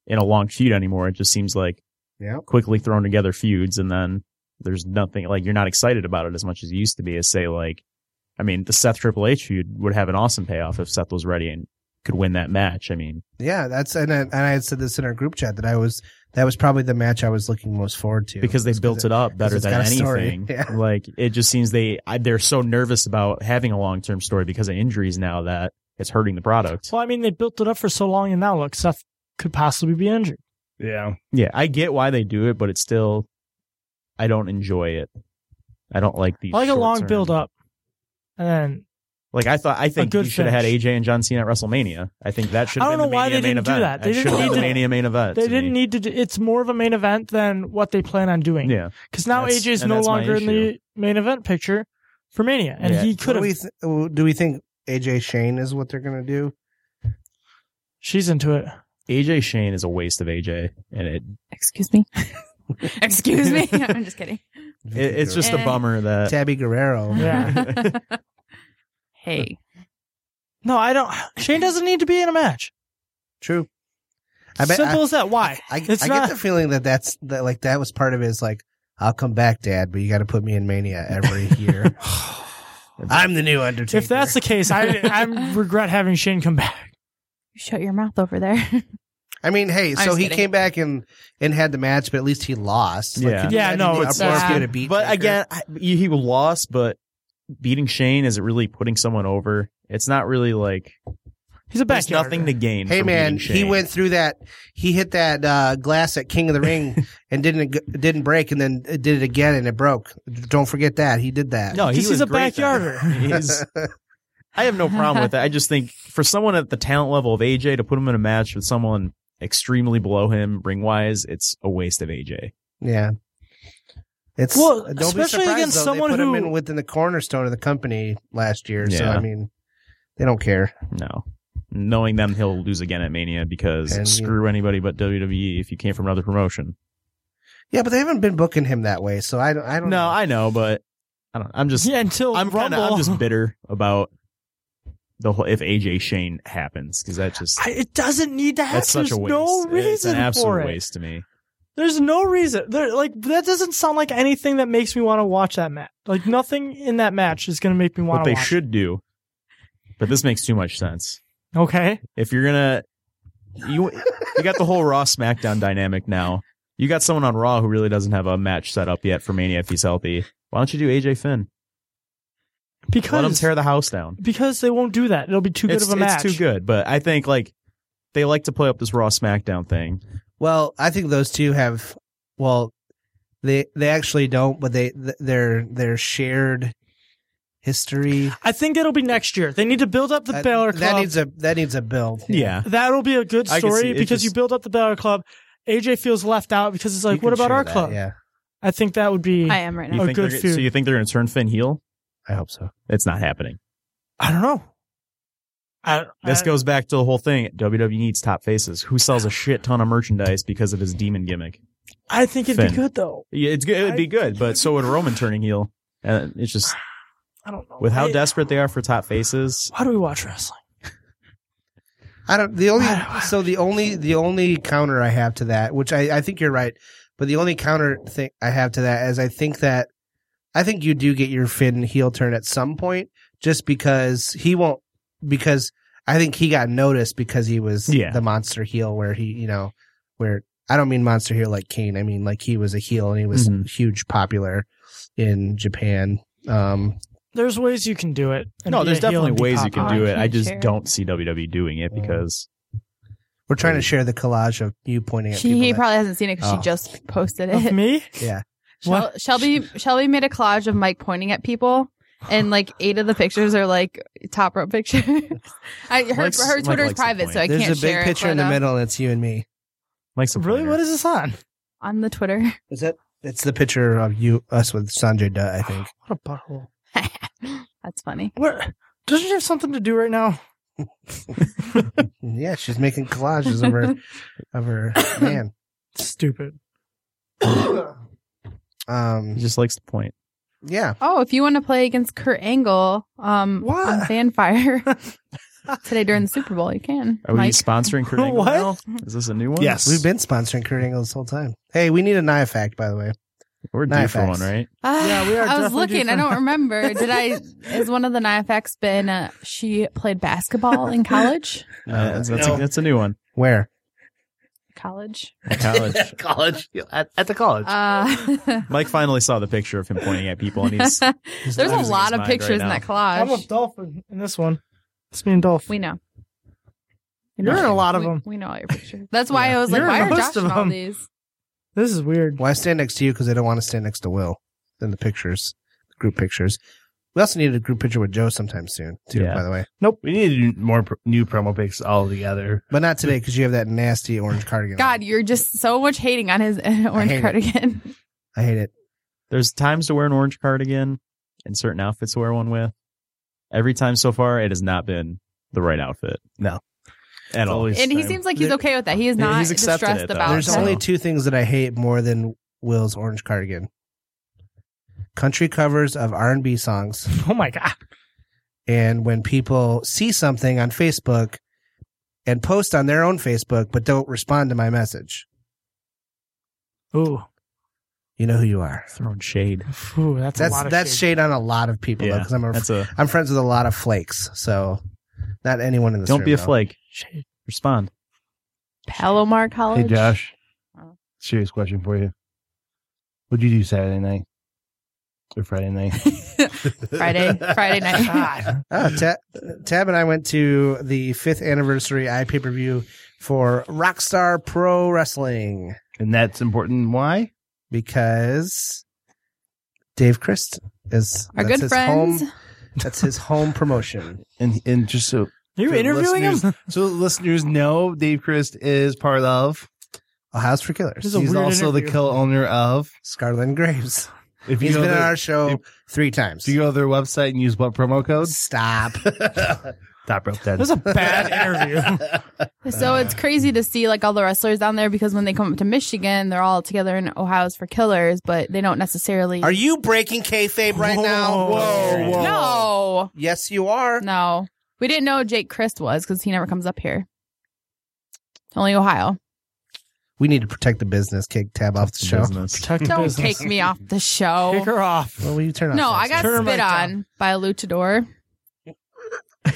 [SPEAKER 10] in a long feud anymore. It just seems like
[SPEAKER 7] Yeah.
[SPEAKER 10] quickly thrown together feuds, and then there's nothing like you're not excited about it as much as you used to be. As say like, I mean, the Seth Triple H feud would have an awesome payoff if Seth was ready and could win that match. I mean,
[SPEAKER 7] yeah that's and I, and I had said this in our group chat that I was that was probably the match I was looking most forward to
[SPEAKER 10] because they built it up better
[SPEAKER 7] it's
[SPEAKER 10] than
[SPEAKER 7] got a story.
[SPEAKER 10] anything.
[SPEAKER 7] Yeah.
[SPEAKER 10] Like it just seems they I, they're so nervous about having a long term story because of injuries now that it's hurting the product.
[SPEAKER 9] Well, I mean, they built it up for so long, and now look, Seth could possibly be injured.
[SPEAKER 8] Yeah.
[SPEAKER 10] Yeah, I get why they do it, but it's still I don't enjoy it. I don't like these.
[SPEAKER 9] I like a long
[SPEAKER 10] short-term-
[SPEAKER 9] build up, and then
[SPEAKER 10] Like I thought, I think
[SPEAKER 9] good
[SPEAKER 10] you should have had
[SPEAKER 9] finish.
[SPEAKER 10] AJ and John Cena at WrestleMania. I think that should
[SPEAKER 9] I
[SPEAKER 10] have been
[SPEAKER 9] don't
[SPEAKER 10] the
[SPEAKER 9] know why
[SPEAKER 10] Mania
[SPEAKER 9] they
[SPEAKER 10] main
[SPEAKER 9] didn't do
[SPEAKER 10] event.
[SPEAKER 9] that. They
[SPEAKER 10] That
[SPEAKER 9] didn't
[SPEAKER 10] should have been
[SPEAKER 9] need
[SPEAKER 10] the
[SPEAKER 9] to-
[SPEAKER 10] Mania main event.
[SPEAKER 9] they
[SPEAKER 10] to
[SPEAKER 9] didn't
[SPEAKER 10] me.
[SPEAKER 9] need to. Do, it's more of a main event than what they plan on doing.
[SPEAKER 10] Yeah,
[SPEAKER 9] because now
[SPEAKER 10] That's-
[SPEAKER 9] AJ is
[SPEAKER 10] and
[SPEAKER 9] no
[SPEAKER 10] that's my
[SPEAKER 9] longer in the main event picture for Mania, and
[SPEAKER 10] Yeah.
[SPEAKER 9] he
[SPEAKER 7] do
[SPEAKER 9] could have.
[SPEAKER 7] we th- do we think AJ Shane is what they're gonna do?
[SPEAKER 9] She's into it.
[SPEAKER 10] AJ Shane is a waste of AJ, and it,
[SPEAKER 11] Excuse me. Excuse me. I'm just kidding.
[SPEAKER 10] it it's just
[SPEAKER 11] Eh.
[SPEAKER 10] a bummer that
[SPEAKER 7] Tabby Guerrero.
[SPEAKER 9] Yeah.
[SPEAKER 11] hey.
[SPEAKER 9] No, I don't. Shane doesn't need to be in a match.
[SPEAKER 7] True. I bet
[SPEAKER 9] Simple
[SPEAKER 7] I,
[SPEAKER 9] as that. Why?
[SPEAKER 7] I,
[SPEAKER 9] it's
[SPEAKER 7] I
[SPEAKER 9] not-
[SPEAKER 7] get the feeling that that's that like that was part of his like I'll come back, Dad, but you got to put me in Mania every year. I'm the new Undertaker.
[SPEAKER 9] If that's the case, I I regret having Shane come back.
[SPEAKER 11] You shut your mouth over there.
[SPEAKER 7] I mean, hey, so
[SPEAKER 11] just
[SPEAKER 7] he
[SPEAKER 11] kidding.
[SPEAKER 7] came back and and had the match, but at least he lost. Like,
[SPEAKER 10] Yeah.
[SPEAKER 7] could you
[SPEAKER 9] Yeah,
[SPEAKER 7] imagine
[SPEAKER 9] no,
[SPEAKER 7] the
[SPEAKER 9] it's
[SPEAKER 7] uproar if
[SPEAKER 11] sad.
[SPEAKER 7] he would've beat
[SPEAKER 10] But
[SPEAKER 7] Taker?
[SPEAKER 10] again, I, he he lost, but beating Shane is it really putting someone over? It's not really like
[SPEAKER 9] He's a
[SPEAKER 10] there's
[SPEAKER 9] backyard.
[SPEAKER 10] nothing to gain.
[SPEAKER 7] Hey
[SPEAKER 10] from
[SPEAKER 7] man,
[SPEAKER 10] beating
[SPEAKER 7] he
[SPEAKER 10] Shane.
[SPEAKER 7] went through that. He hit that uh, glass at King of the Ring and didn't it didn't break, and then it did it again and it broke. Don't forget that he did that.
[SPEAKER 10] No, he
[SPEAKER 9] 'Cause he's
[SPEAKER 10] was
[SPEAKER 9] a
[SPEAKER 10] great then.
[SPEAKER 9] backyarder.
[SPEAKER 10] He's- I have no problem with that. I just think for someone at the talent level of AJ to put him in a match with someone extremely below him ring wise, it's a waste of AJ.
[SPEAKER 7] Yeah. It's uh,
[SPEAKER 9] Well,
[SPEAKER 7] don't
[SPEAKER 9] especially
[SPEAKER 7] be surprised,
[SPEAKER 9] against
[SPEAKER 7] though.
[SPEAKER 9] someone
[SPEAKER 7] they put him
[SPEAKER 9] who-
[SPEAKER 7] in within the cornerstone of the company last year. So
[SPEAKER 10] Yeah.
[SPEAKER 7] I mean, they don't care.
[SPEAKER 10] No. Knowing them, he'll lose again at Mania because
[SPEAKER 7] And you-
[SPEAKER 10] screw anybody but WWE if you came from another promotion.
[SPEAKER 7] Yeah, but they haven't been booking him that way. So I don't. I don't.
[SPEAKER 10] No,
[SPEAKER 7] know.
[SPEAKER 10] I know, but I don't. I'm just
[SPEAKER 9] Yeah, until
[SPEAKER 10] I'm kinda-
[SPEAKER 9] Rumble.
[SPEAKER 10] I'm just bitter about the whole if AJ Shane happens because that just
[SPEAKER 9] I, it doesn't need to happen.
[SPEAKER 10] that's such
[SPEAKER 9] There's
[SPEAKER 10] a waste.
[SPEAKER 9] no
[SPEAKER 10] it's an
[SPEAKER 9] reason
[SPEAKER 10] absolute
[SPEAKER 9] for it.
[SPEAKER 10] waste to me.
[SPEAKER 9] There's no reason. There, like that doesn't sound like anything that makes me want to watch that match. Like nothing in that match is going to make me want
[SPEAKER 10] What
[SPEAKER 9] to
[SPEAKER 10] they
[SPEAKER 9] watch.
[SPEAKER 10] should do, but this makes too much sense.
[SPEAKER 9] it. Okay.
[SPEAKER 10] If you're gonna, you you got the whole Raw SmackDown dynamic now. You got someone on Raw who really doesn't have a match set up yet for Mania if he's healthy. Why don't you do AJ Finn? Let him
[SPEAKER 9] Because
[SPEAKER 10] tear the house down.
[SPEAKER 9] because they won't do that. It'll be too good
[SPEAKER 10] it's,
[SPEAKER 9] of a match.
[SPEAKER 10] It's too good, but I think like they like to play up this Raw SmackDown thing.
[SPEAKER 7] Well, I think those two have. Well, they they actually don't, but they th- their their shared history.
[SPEAKER 9] I think it'll be next year. They need to build up the Baylor Club.
[SPEAKER 7] That needs a that needs a build.
[SPEAKER 10] Yeah.
[SPEAKER 9] That'll be a good
[SPEAKER 7] I can see
[SPEAKER 9] story
[SPEAKER 7] it
[SPEAKER 9] because
[SPEAKER 7] just-
[SPEAKER 9] you build up the Baylor Club. AJ feels left out because it's like, what about our club?
[SPEAKER 7] yeah.
[SPEAKER 9] I think that would be
[SPEAKER 11] I am right
[SPEAKER 10] You
[SPEAKER 9] a
[SPEAKER 10] think they're
[SPEAKER 9] Oh, good
[SPEAKER 10] gonna-
[SPEAKER 9] feud.
[SPEAKER 10] so you think they're going to turn Finn heel?
[SPEAKER 7] I hope so.
[SPEAKER 10] It's not happening.
[SPEAKER 9] I don't know. I,
[SPEAKER 10] This
[SPEAKER 9] I-
[SPEAKER 10] goes back to the whole thing. WWE needs top faces. Who sells a shit ton of merchandise because of his demon gimmick?
[SPEAKER 9] I think it'd be
[SPEAKER 10] Finn.
[SPEAKER 9] good though.
[SPEAKER 10] Yeah, it's good. It'd be good, but so would Roman turning heel. And it's just
[SPEAKER 9] I don't know.
[SPEAKER 10] with how
[SPEAKER 9] I-
[SPEAKER 10] desperate they are for top faces.
[SPEAKER 9] Why do we watch wrestling?
[SPEAKER 7] I don't. The
[SPEAKER 10] Oh,
[SPEAKER 7] only so the only the only counter I have to that, which I I think you're right, but the only counter thing I have to that is I think that I think you do get your Finn heel turn at some point, just because he won't because I think he got noticed because he was
[SPEAKER 10] Yeah.
[SPEAKER 7] the monster heel where he you know where I don't mean monster heel like Kane, I mean like he was a heel and he was
[SPEAKER 9] Mm-hmm.
[SPEAKER 10] Mhm.
[SPEAKER 7] huge popular in Japan. Um,
[SPEAKER 9] There's ways you can do it. and
[SPEAKER 10] No,
[SPEAKER 9] be
[SPEAKER 10] there's
[SPEAKER 9] a heel
[SPEAKER 10] definitely
[SPEAKER 9] and be
[SPEAKER 10] ways you
[SPEAKER 9] popular.
[SPEAKER 10] can do it. I
[SPEAKER 11] can't
[SPEAKER 10] just
[SPEAKER 11] share.
[SPEAKER 10] don't see WWE doing it because
[SPEAKER 7] we're trying to share the collage of you pointing at people
[SPEAKER 11] She he
[SPEAKER 7] that-
[SPEAKER 11] probably hasn't seen it because
[SPEAKER 7] Oh.
[SPEAKER 11] she just posted
[SPEAKER 9] Of
[SPEAKER 11] it.
[SPEAKER 9] me?
[SPEAKER 7] yeah.
[SPEAKER 11] Shel- Shelby Shelby made a collage of Mike pointing at people, and like eight of the pictures are like top rope pictures. I, her
[SPEAKER 10] Mike's-
[SPEAKER 11] her
[SPEAKER 10] Mike
[SPEAKER 11] Twitter is
[SPEAKER 10] likes to
[SPEAKER 11] private,
[SPEAKER 10] point.
[SPEAKER 11] so I
[SPEAKER 7] There's
[SPEAKER 11] can't
[SPEAKER 7] a big
[SPEAKER 11] share
[SPEAKER 7] picture
[SPEAKER 11] it.
[SPEAKER 7] in the
[SPEAKER 11] but, uh,
[SPEAKER 7] middle, and it's you and me.
[SPEAKER 10] like some
[SPEAKER 9] Really?
[SPEAKER 10] pointer.
[SPEAKER 9] What is this on?
[SPEAKER 11] on the Twitter.
[SPEAKER 7] Is that? It's the picture of you us with Sanjay Dutt, I think.
[SPEAKER 9] What a butthole.
[SPEAKER 11] That's funny.
[SPEAKER 9] What? Doesn't she have something to do right now?
[SPEAKER 7] yeah, she's making collages of her of her man.
[SPEAKER 9] Stupid.
[SPEAKER 10] He
[SPEAKER 7] Um,
[SPEAKER 10] just likes to point.
[SPEAKER 7] yeah,
[SPEAKER 11] Oh, if you want to play against Kurt Angle um,
[SPEAKER 9] What?
[SPEAKER 11] on Fanfire today during the Super Bowl, you can.
[SPEAKER 10] Are we
[SPEAKER 11] Mike.
[SPEAKER 10] sponsoring Kurt Angle
[SPEAKER 9] What?
[SPEAKER 10] now? Is this a new one?
[SPEAKER 8] Yes.
[SPEAKER 7] we've been sponsoring Kurt Angle this whole time. Hey, we need a knife fact, by the way.
[SPEAKER 10] We're due
[SPEAKER 7] Knife
[SPEAKER 10] for
[SPEAKER 7] X.
[SPEAKER 10] one, right?
[SPEAKER 11] Ah,
[SPEAKER 9] Yeah, we are
[SPEAKER 11] I was
[SPEAKER 9] definitely due
[SPEAKER 11] looking.
[SPEAKER 9] for
[SPEAKER 11] I don't
[SPEAKER 9] that.
[SPEAKER 11] remember. Did I? Is one of the NIFACs been? Uh, she played basketball in college.
[SPEAKER 10] Uh, that's, that's, a, that's a new one.
[SPEAKER 7] Where?
[SPEAKER 11] College.
[SPEAKER 10] College.
[SPEAKER 7] college at, at the college.
[SPEAKER 11] Uh,
[SPEAKER 10] Mike finally saw the picture of him pointing at people, and he's
[SPEAKER 11] There's a
[SPEAKER 10] losing his
[SPEAKER 11] lot of
[SPEAKER 10] mind
[SPEAKER 11] pictures
[SPEAKER 10] right
[SPEAKER 11] in that
[SPEAKER 9] I'm
[SPEAKER 11] collage.
[SPEAKER 9] with Dolphin in this one. It's me and Dolph.
[SPEAKER 11] we know.
[SPEAKER 9] You're in a lot of
[SPEAKER 11] we,
[SPEAKER 9] them.
[SPEAKER 11] We know all your pictures. That's why I was like,
[SPEAKER 9] You're in
[SPEAKER 11] why are
[SPEAKER 9] most
[SPEAKER 11] Josh
[SPEAKER 9] of
[SPEAKER 11] in all
[SPEAKER 9] them.
[SPEAKER 11] these?
[SPEAKER 9] This is weird.
[SPEAKER 7] Well, I stand next to you because I don't want to stand next to Will in the pictures, group pictures. We also need a group picture with Joe sometime soon, too.
[SPEAKER 10] Yeah.
[SPEAKER 7] By the way,
[SPEAKER 8] We need to do more pr- new promo picks all together.
[SPEAKER 7] but not today because you have that nasty orange cardigan. on.
[SPEAKER 11] God, you're just so much hating on his orange
[SPEAKER 7] hate it.
[SPEAKER 11] cardigan.
[SPEAKER 7] I hate it.
[SPEAKER 10] there's times to wear an orange cardigan and certain outfits to wear one with. Every time so far, it has not been the right outfit.
[SPEAKER 7] No.
[SPEAKER 10] At all.
[SPEAKER 11] And he seems like he's okay with that. He is
[SPEAKER 10] He's
[SPEAKER 11] not
[SPEAKER 10] accepted
[SPEAKER 11] distressed
[SPEAKER 10] it, though.
[SPEAKER 11] about
[SPEAKER 7] There's
[SPEAKER 10] so-
[SPEAKER 7] only two things that I hate more than Will's orange cardigan: country covers of R&B songs,
[SPEAKER 9] Oh my god.
[SPEAKER 7] and when people see something on Facebook and post on their own Facebook but don't respond to my message.
[SPEAKER 9] Ooh.
[SPEAKER 7] You know who you are.
[SPEAKER 10] Throwing shade.
[SPEAKER 9] Ooh, that's, a
[SPEAKER 7] That's
[SPEAKER 9] lot of
[SPEAKER 7] that's shade
[SPEAKER 9] shade.
[SPEAKER 7] on a lot of people though,
[SPEAKER 10] Yeah,
[SPEAKER 7] because I'm a,
[SPEAKER 10] That's a
[SPEAKER 7] I'm friends with a lot of flakes, so not anyone in this.
[SPEAKER 10] don't
[SPEAKER 7] room,
[SPEAKER 10] be a
[SPEAKER 7] though.
[SPEAKER 10] flake.
[SPEAKER 9] Shade.
[SPEAKER 10] Respond.
[SPEAKER 11] Palomar College.
[SPEAKER 8] Hey, Josh.
[SPEAKER 11] Oh.
[SPEAKER 8] Serious question for you. What'd you do Saturday night or Friday night?
[SPEAKER 11] Friday, Friday night.
[SPEAKER 7] Ah, Ta- Tab and I went to the fifth anniversary i pay per view for Rockstar Pro Wrestling
[SPEAKER 8] and that's important. Why?
[SPEAKER 7] because Dave Christ is
[SPEAKER 11] Our
[SPEAKER 7] that's
[SPEAKER 11] good
[SPEAKER 7] his
[SPEAKER 11] friends.
[SPEAKER 7] home. That's his home promotion.
[SPEAKER 8] And and just so
[SPEAKER 9] You're
[SPEAKER 8] the
[SPEAKER 9] interviewing him?
[SPEAKER 8] listeners- so the listeners know Dave Christ is part of.
[SPEAKER 7] A house for killers.
[SPEAKER 9] This is a
[SPEAKER 8] He's
[SPEAKER 9] weird
[SPEAKER 8] also the
[SPEAKER 9] interview.
[SPEAKER 8] co owner of.
[SPEAKER 7] Scarlet and Graves.
[SPEAKER 8] If
[SPEAKER 7] He's
[SPEAKER 8] go
[SPEAKER 7] been on
[SPEAKER 8] there-
[SPEAKER 7] our show
[SPEAKER 8] if-
[SPEAKER 7] three times.
[SPEAKER 8] If you go to their website and use what promo code?
[SPEAKER 7] Stop.
[SPEAKER 8] Top rope dead.
[SPEAKER 9] That's a bad interview.
[SPEAKER 11] So it's crazy to see like all the wrestlers down there because when they come up to Michigan, they're all together in Ohio's for Killers, but they don't necessarily.
[SPEAKER 7] Are you breaking kayfabe right now?
[SPEAKER 9] Whoa,
[SPEAKER 11] no,
[SPEAKER 7] Yes, you are.
[SPEAKER 11] no. We didn't know Jake Christ was because he never comes up here. Only Ohio.
[SPEAKER 7] We need to protect the business. Kick tab off the show.
[SPEAKER 10] Business.
[SPEAKER 9] Protect the
[SPEAKER 11] Don't
[SPEAKER 9] business.
[SPEAKER 11] take me off the
[SPEAKER 9] Kick
[SPEAKER 11] show.
[SPEAKER 9] her off.
[SPEAKER 7] Well, will you turn off?
[SPEAKER 11] No,
[SPEAKER 7] that
[SPEAKER 11] I got
[SPEAKER 9] Turn her
[SPEAKER 11] spit
[SPEAKER 9] mic down.
[SPEAKER 11] on by a luchador.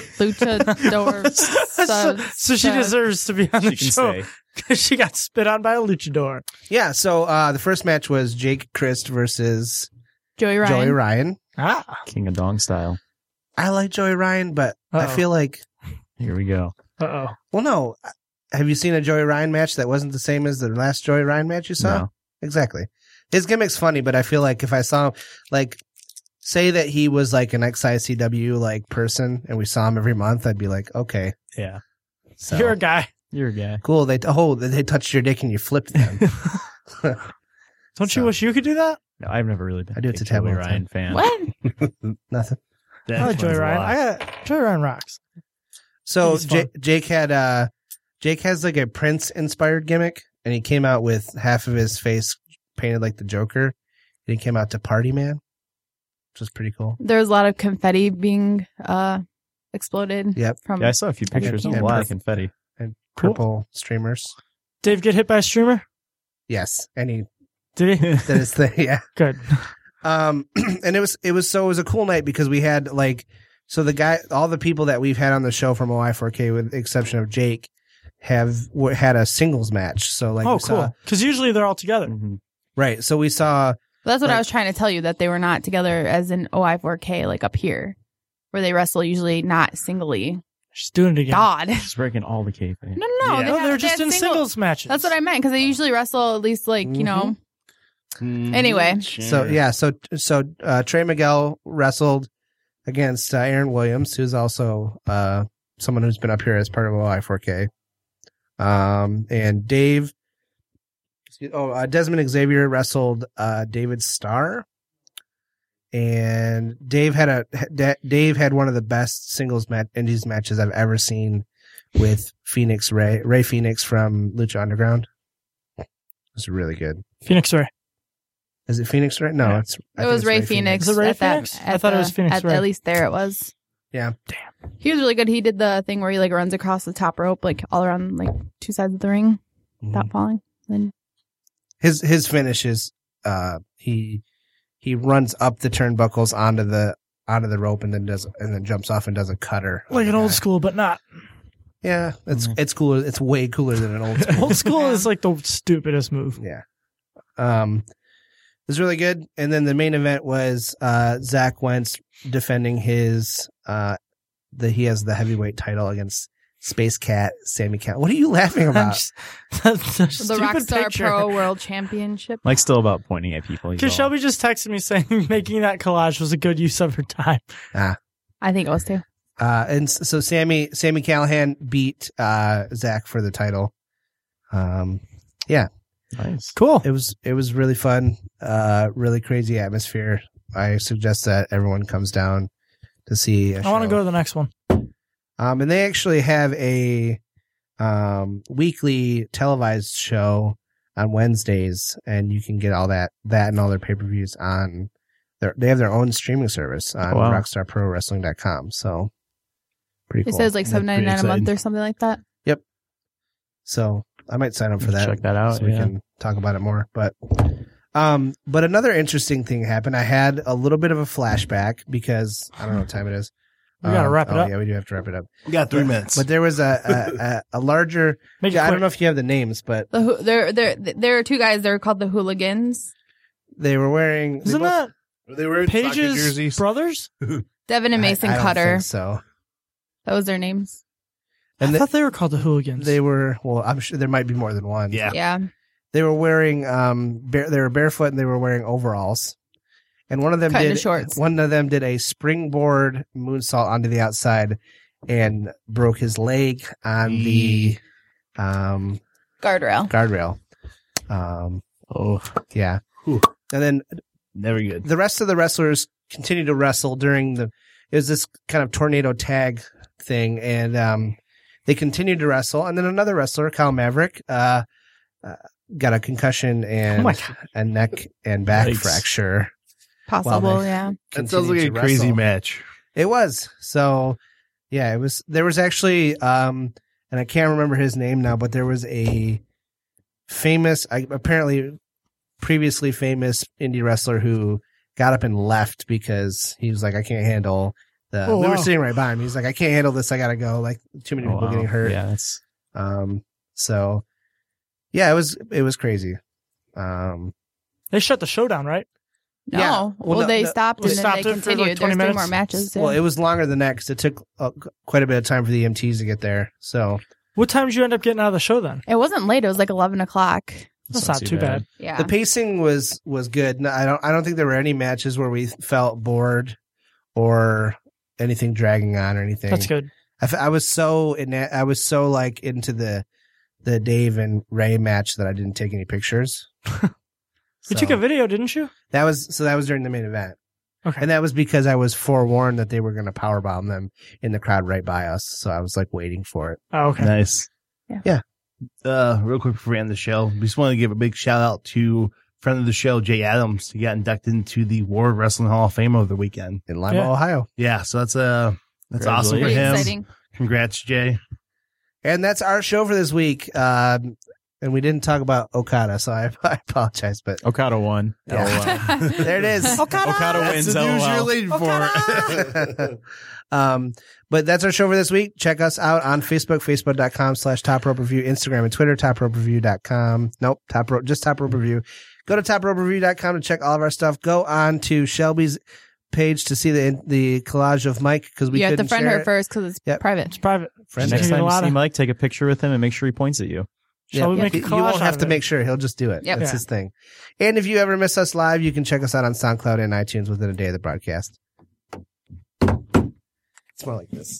[SPEAKER 11] Luchador. uh,
[SPEAKER 9] so, so she deserves to be on the
[SPEAKER 10] She can
[SPEAKER 9] show
[SPEAKER 10] stay.
[SPEAKER 9] because she got spit on by a luchador.
[SPEAKER 7] stuff? Yeah. So uh, the first match was Jake Christ versus
[SPEAKER 11] Joey Ryan.
[SPEAKER 7] Joey Ryan.
[SPEAKER 9] Ah,
[SPEAKER 10] King of Dong style.
[SPEAKER 7] I like Joey Ryan, but I
[SPEAKER 9] Uh-oh.
[SPEAKER 7] feel like
[SPEAKER 10] Here we go.
[SPEAKER 9] uh oh.
[SPEAKER 7] well, no. Have you seen a Joey Ryan match that wasn't the same as the last Joey Ryan match you saw?
[SPEAKER 10] No.
[SPEAKER 7] Exactly. His gimmick's funny, but I feel like if I saw him, like say that he was like an ex ICW like person and we saw him every month, I'd be like, okay,
[SPEAKER 10] Yeah.
[SPEAKER 7] So-
[SPEAKER 9] You're a guy.
[SPEAKER 10] You're a guy.
[SPEAKER 7] cool. They oh they they touched your dick and you flipped them.
[SPEAKER 9] Don't you wish you could do that?
[SPEAKER 10] No, I've never really been
[SPEAKER 7] I do it
[SPEAKER 10] a
[SPEAKER 7] to
[SPEAKER 10] big
[SPEAKER 7] Tab
[SPEAKER 10] Joey
[SPEAKER 7] all the
[SPEAKER 10] Ryan fan.
[SPEAKER 11] What?
[SPEAKER 7] Nothing.
[SPEAKER 10] That
[SPEAKER 9] I like Joy
[SPEAKER 10] explains a
[SPEAKER 9] Ryan.
[SPEAKER 10] lot.
[SPEAKER 9] I got Joy Ryan rocks.
[SPEAKER 7] So
[SPEAKER 9] He's fun.
[SPEAKER 7] Jake, Jake had uh Jake has like a Prince inspired gimmick and he came out with half of his face painted like the Joker. And he came out to Party Man, which was pretty cool.
[SPEAKER 11] There was a lot of confetti being uh exploded.
[SPEAKER 7] Yep.
[SPEAKER 11] From
[SPEAKER 10] yeah, I saw a few
[SPEAKER 7] Yeah,
[SPEAKER 10] pictures
[SPEAKER 7] yeah,
[SPEAKER 10] of a lot of
[SPEAKER 7] perfect.
[SPEAKER 10] confetti.
[SPEAKER 7] And
[SPEAKER 9] Cool.
[SPEAKER 7] purple streamers.
[SPEAKER 9] Dave get hit by a streamer?
[SPEAKER 7] Yes. And he
[SPEAKER 9] Did he?
[SPEAKER 7] did his thing. Yeah.
[SPEAKER 9] Good.
[SPEAKER 7] Um, and it was it was so it was a cool night because we had like so the guy all the people that we've had on the show from OI4K with the exception of Jake have w- had a singles match. So like
[SPEAKER 9] oh,
[SPEAKER 7] we saw-
[SPEAKER 9] cool. Because usually they're all together.
[SPEAKER 10] Mhm.
[SPEAKER 7] right. So we saw
[SPEAKER 11] That's what
[SPEAKER 7] Right.
[SPEAKER 11] I was trying to tell you that they were not together as an OI4K like up here, where they wrestle usually not singly.
[SPEAKER 9] She's doing it again.
[SPEAKER 11] God, no,
[SPEAKER 10] Just breaking all the kayfabe.
[SPEAKER 11] no, no.
[SPEAKER 8] Yeah.
[SPEAKER 11] They
[SPEAKER 9] No,
[SPEAKER 11] had-
[SPEAKER 9] they're
[SPEAKER 11] they
[SPEAKER 9] just
[SPEAKER 11] had
[SPEAKER 9] in
[SPEAKER 11] single-
[SPEAKER 9] singles Oh. Mm-hmm. matches.
[SPEAKER 11] That's what I meant because they usually wrestle at least like you know.
[SPEAKER 8] Hmm.
[SPEAKER 9] Mm-hmm.
[SPEAKER 11] Anyway.
[SPEAKER 7] So yeah, so so uh, Trey Miguel wrestled against uh, Aaron Williams, who's also uh, someone who's been up here as part of OI4K. Um, and Dave, excuse- oh uh, Desmond Xavier wrestled uh, David Starr, and Dave had a Da- Dave had one of the best singles mat- indies matches I've ever seen with Phoenix Ray Ray Phoenix from Lucha Underground. It was really good.
[SPEAKER 9] Phoenix Ray.
[SPEAKER 7] Is it Phoenix right? No,
[SPEAKER 9] Yeah.
[SPEAKER 7] it's. I
[SPEAKER 11] It
[SPEAKER 7] think
[SPEAKER 11] was
[SPEAKER 7] it's
[SPEAKER 11] Ray, Phoenix.
[SPEAKER 9] Is it Ray
[SPEAKER 11] at that-
[SPEAKER 9] Phoenix? I
[SPEAKER 11] at
[SPEAKER 9] thought it was
[SPEAKER 11] the-
[SPEAKER 9] Phoenix
[SPEAKER 11] At,
[SPEAKER 9] Ray.
[SPEAKER 11] at least there it was.
[SPEAKER 7] Yeah.
[SPEAKER 11] Damn. He was really good. He did the thing where he like runs across the top rope, like all around like two sides of the ring,
[SPEAKER 9] Mm-hmm.
[SPEAKER 7] Mm.
[SPEAKER 11] without falling. Then
[SPEAKER 7] His his finish is uh he he runs up the turnbuckles onto the onto the rope and then does and then jumps off and does a cutter.
[SPEAKER 9] Like an old
[SPEAKER 7] Yeah.
[SPEAKER 9] school, but not.
[SPEAKER 7] Yeah, it's it's cooler. It's way cooler than an old school.
[SPEAKER 9] Old school is like the stupidest move.
[SPEAKER 7] Yeah. Um, it was really good. And then the main event was uh, Zach Wentz defending his uh, the he has the heavyweight title against Space Cat Sammy Cat. What are you laughing
[SPEAKER 9] I'm
[SPEAKER 7] about?
[SPEAKER 9] just- that's a
[SPEAKER 11] the
[SPEAKER 9] stupid
[SPEAKER 11] Rockstar
[SPEAKER 9] picture.
[SPEAKER 11] Pro World Championship.
[SPEAKER 10] Mike's still about pointing at people. He's
[SPEAKER 9] Because
[SPEAKER 10] all-
[SPEAKER 9] Shelby just texted me saying making that collage was a good use of her time.
[SPEAKER 11] I think it was too.
[SPEAKER 7] Uh, and s- so Sammy Sammy Callahan beat uh, Zach for the title. Um,
[SPEAKER 10] Nice.
[SPEAKER 9] Cool.
[SPEAKER 7] it was it was really fun, uh, really crazy atmosphere. I suggest that everyone comes down to see. I
[SPEAKER 9] I want to go to the next one.
[SPEAKER 7] Um, and they actually have a um, weekly televised show on Wednesdays, and you can get all that that and all their pay per views on. Their, they have their own streaming service on
[SPEAKER 10] Oh, wow.
[SPEAKER 7] RockstarProWrestling.com. So pretty.
[SPEAKER 11] It
[SPEAKER 7] cool.
[SPEAKER 11] says like
[SPEAKER 8] That's
[SPEAKER 11] seven
[SPEAKER 8] pretty
[SPEAKER 11] ninety nine a month
[SPEAKER 8] exciting.
[SPEAKER 11] or something like that.
[SPEAKER 7] So I might sign up for that.
[SPEAKER 10] Check that out.
[SPEAKER 7] so we
[SPEAKER 10] yeah.
[SPEAKER 7] can talk about it more. But um, but another interesting thing happened. I had a little bit of a flashback because I don't know what time it is.
[SPEAKER 9] We gotta
[SPEAKER 7] Um,
[SPEAKER 9] wrap it
[SPEAKER 7] oh,
[SPEAKER 9] up.
[SPEAKER 7] Yeah, we do have to wrap it up.
[SPEAKER 8] We got three
[SPEAKER 7] But-
[SPEAKER 8] minutes.
[SPEAKER 7] But there was a a, a, a larger.
[SPEAKER 9] Make
[SPEAKER 7] Yeah,
[SPEAKER 9] it
[SPEAKER 7] I don't know
[SPEAKER 9] quick.
[SPEAKER 7] if you have the names, but
[SPEAKER 11] The hoo- there there there are two guys. They're called the Hooligans.
[SPEAKER 7] they were wearing. they
[SPEAKER 9] Isn't
[SPEAKER 7] both-
[SPEAKER 9] that
[SPEAKER 8] Were they wearing soccer
[SPEAKER 9] Page's
[SPEAKER 8] jerseys?
[SPEAKER 9] brothers?
[SPEAKER 11] Devin and
[SPEAKER 7] I-
[SPEAKER 11] Mason
[SPEAKER 7] I don't
[SPEAKER 11] Cutter.
[SPEAKER 7] think so
[SPEAKER 11] That was their names.
[SPEAKER 7] And
[SPEAKER 9] I
[SPEAKER 7] the-
[SPEAKER 9] thought they were called the Hooligans. Oh
[SPEAKER 7] they were. Well, I'm sure there might be more than one.
[SPEAKER 8] Yeah.
[SPEAKER 11] Yeah.
[SPEAKER 7] they were wearing um bare, they were barefoot and they were wearing overalls and one of them
[SPEAKER 11] Cut into
[SPEAKER 7] did
[SPEAKER 11] shorts.
[SPEAKER 7] one of them did a springboard moonsault onto the outside and broke his leg on the um
[SPEAKER 11] Guardrail.
[SPEAKER 7] guardrail um
[SPEAKER 8] Oh,
[SPEAKER 7] yeah
[SPEAKER 8] Whew.
[SPEAKER 7] and then
[SPEAKER 8] never good.
[SPEAKER 7] the rest of the wrestlers continued to wrestle during the it was this kind of tornado tag thing and um they continued to wrestle and then another wrestler Kyle Maverick uh, uh got a concussion
[SPEAKER 9] oh
[SPEAKER 7] and
[SPEAKER 9] my god.
[SPEAKER 7] a neck and back
[SPEAKER 8] Yikes.
[SPEAKER 7] fracture.
[SPEAKER 11] Possible.
[SPEAKER 7] Wow, man.
[SPEAKER 11] yeah.
[SPEAKER 8] That sounds like a
[SPEAKER 7] Continued to
[SPEAKER 8] crazy
[SPEAKER 7] wrestle.
[SPEAKER 8] match.
[SPEAKER 7] It was. So yeah, it was there was actually um and I can't remember his name now, but there was a famous I, apparently previously famous indie wrestler who got up and left because he was like, I can't handle the
[SPEAKER 9] Oh,
[SPEAKER 7] we
[SPEAKER 9] wow.
[SPEAKER 7] were sitting right by him. He's like, I can't handle this, I gotta go. Like too many
[SPEAKER 10] Oh,
[SPEAKER 7] people
[SPEAKER 10] wow.
[SPEAKER 7] getting hurt.
[SPEAKER 10] Yeah, that's
[SPEAKER 7] Um so yeah, it was it was crazy. Um
[SPEAKER 9] They shut the show down, right?
[SPEAKER 11] No.
[SPEAKER 7] Yeah.
[SPEAKER 11] Well,
[SPEAKER 7] Well, no,
[SPEAKER 11] they
[SPEAKER 7] no.
[SPEAKER 11] stopped
[SPEAKER 9] They
[SPEAKER 11] and
[SPEAKER 9] stopped it
[SPEAKER 11] then
[SPEAKER 9] for,
[SPEAKER 11] they
[SPEAKER 9] like,
[SPEAKER 11] continued.
[SPEAKER 9] 20
[SPEAKER 11] There's three more
[SPEAKER 9] minutes.
[SPEAKER 11] matches.
[SPEAKER 7] Well,
[SPEAKER 11] yeah.
[SPEAKER 7] it was longer than that because it took uh, qu- quite a bit of time for the EMTs to get there. So
[SPEAKER 9] What time did you end up getting out of the show then?
[SPEAKER 11] It wasn't late. It was like 11 o'clock.
[SPEAKER 9] That's not too bad.
[SPEAKER 11] Yeah.
[SPEAKER 7] The pacing was was good. No, I don't I don't think there were any matches where we felt bored or anything dragging on or anything.
[SPEAKER 9] That's good.
[SPEAKER 7] I, f- I was so in I was so like into the the Dave and Ray match that I didn't take any pictures.
[SPEAKER 9] You took a video, didn't you?
[SPEAKER 7] That was so that was during the main event.
[SPEAKER 9] Okay.
[SPEAKER 7] And that was because I was forewarned that they were going to powerbomb them in the crowd right by us. So I was like waiting for it.
[SPEAKER 9] Oh, okay.
[SPEAKER 8] Nice.
[SPEAKER 11] Yeah.
[SPEAKER 7] Yeah.
[SPEAKER 8] Uh, real quick before we end the show, we just want to give a big shout out to friend of the show, Jay Adams. He got inducted into the Ward Wrestling Hall of Fame over the weekend.
[SPEAKER 7] In Lima,
[SPEAKER 9] Yeah.
[SPEAKER 7] Ohio.
[SPEAKER 8] Yeah, so that's uh that's awesome for
[SPEAKER 11] Pretty
[SPEAKER 8] him.
[SPEAKER 11] exciting.
[SPEAKER 8] Congrats, Jay.
[SPEAKER 7] And that's our show for this week. Um, and we didn't talk about Okada, so I, I apologize. But
[SPEAKER 10] Okada won.
[SPEAKER 7] Yeah. there it is.
[SPEAKER 10] Okada wins.
[SPEAKER 8] the news
[SPEAKER 10] LOL.
[SPEAKER 8] you're waiting
[SPEAKER 7] um, but that's our show for this week. Check us out on Facebook, facebook.com slash top rope review, Instagram and Twitter, top rope review.com. Nope, top rope, just top rope review. Go to top rope review.com to check all of our stuff. Go on to Shelby's page to see the the collage of Mike because we
[SPEAKER 11] you have
[SPEAKER 7] couldn't
[SPEAKER 11] to friend
[SPEAKER 7] share
[SPEAKER 11] her
[SPEAKER 7] it.
[SPEAKER 11] first because it's
[SPEAKER 7] Yep.
[SPEAKER 11] private.
[SPEAKER 9] It's private.
[SPEAKER 7] Friend
[SPEAKER 10] Next
[SPEAKER 9] She's
[SPEAKER 10] time
[SPEAKER 9] doing a
[SPEAKER 10] you
[SPEAKER 9] lot
[SPEAKER 10] see
[SPEAKER 9] of-
[SPEAKER 10] Mike, take a picture with him and make sure he points at you.
[SPEAKER 9] Shall we make a
[SPEAKER 7] You-
[SPEAKER 9] collage
[SPEAKER 7] You won't
[SPEAKER 9] out
[SPEAKER 7] have
[SPEAKER 9] of
[SPEAKER 7] to
[SPEAKER 9] it?
[SPEAKER 7] make sure. He'll just do it.
[SPEAKER 11] Yep.
[SPEAKER 7] That's
[SPEAKER 9] Yeah.
[SPEAKER 7] his thing. And if you ever miss us live, you can check us out on SoundCloud and iTunes within a day of the broadcast. It's more like this.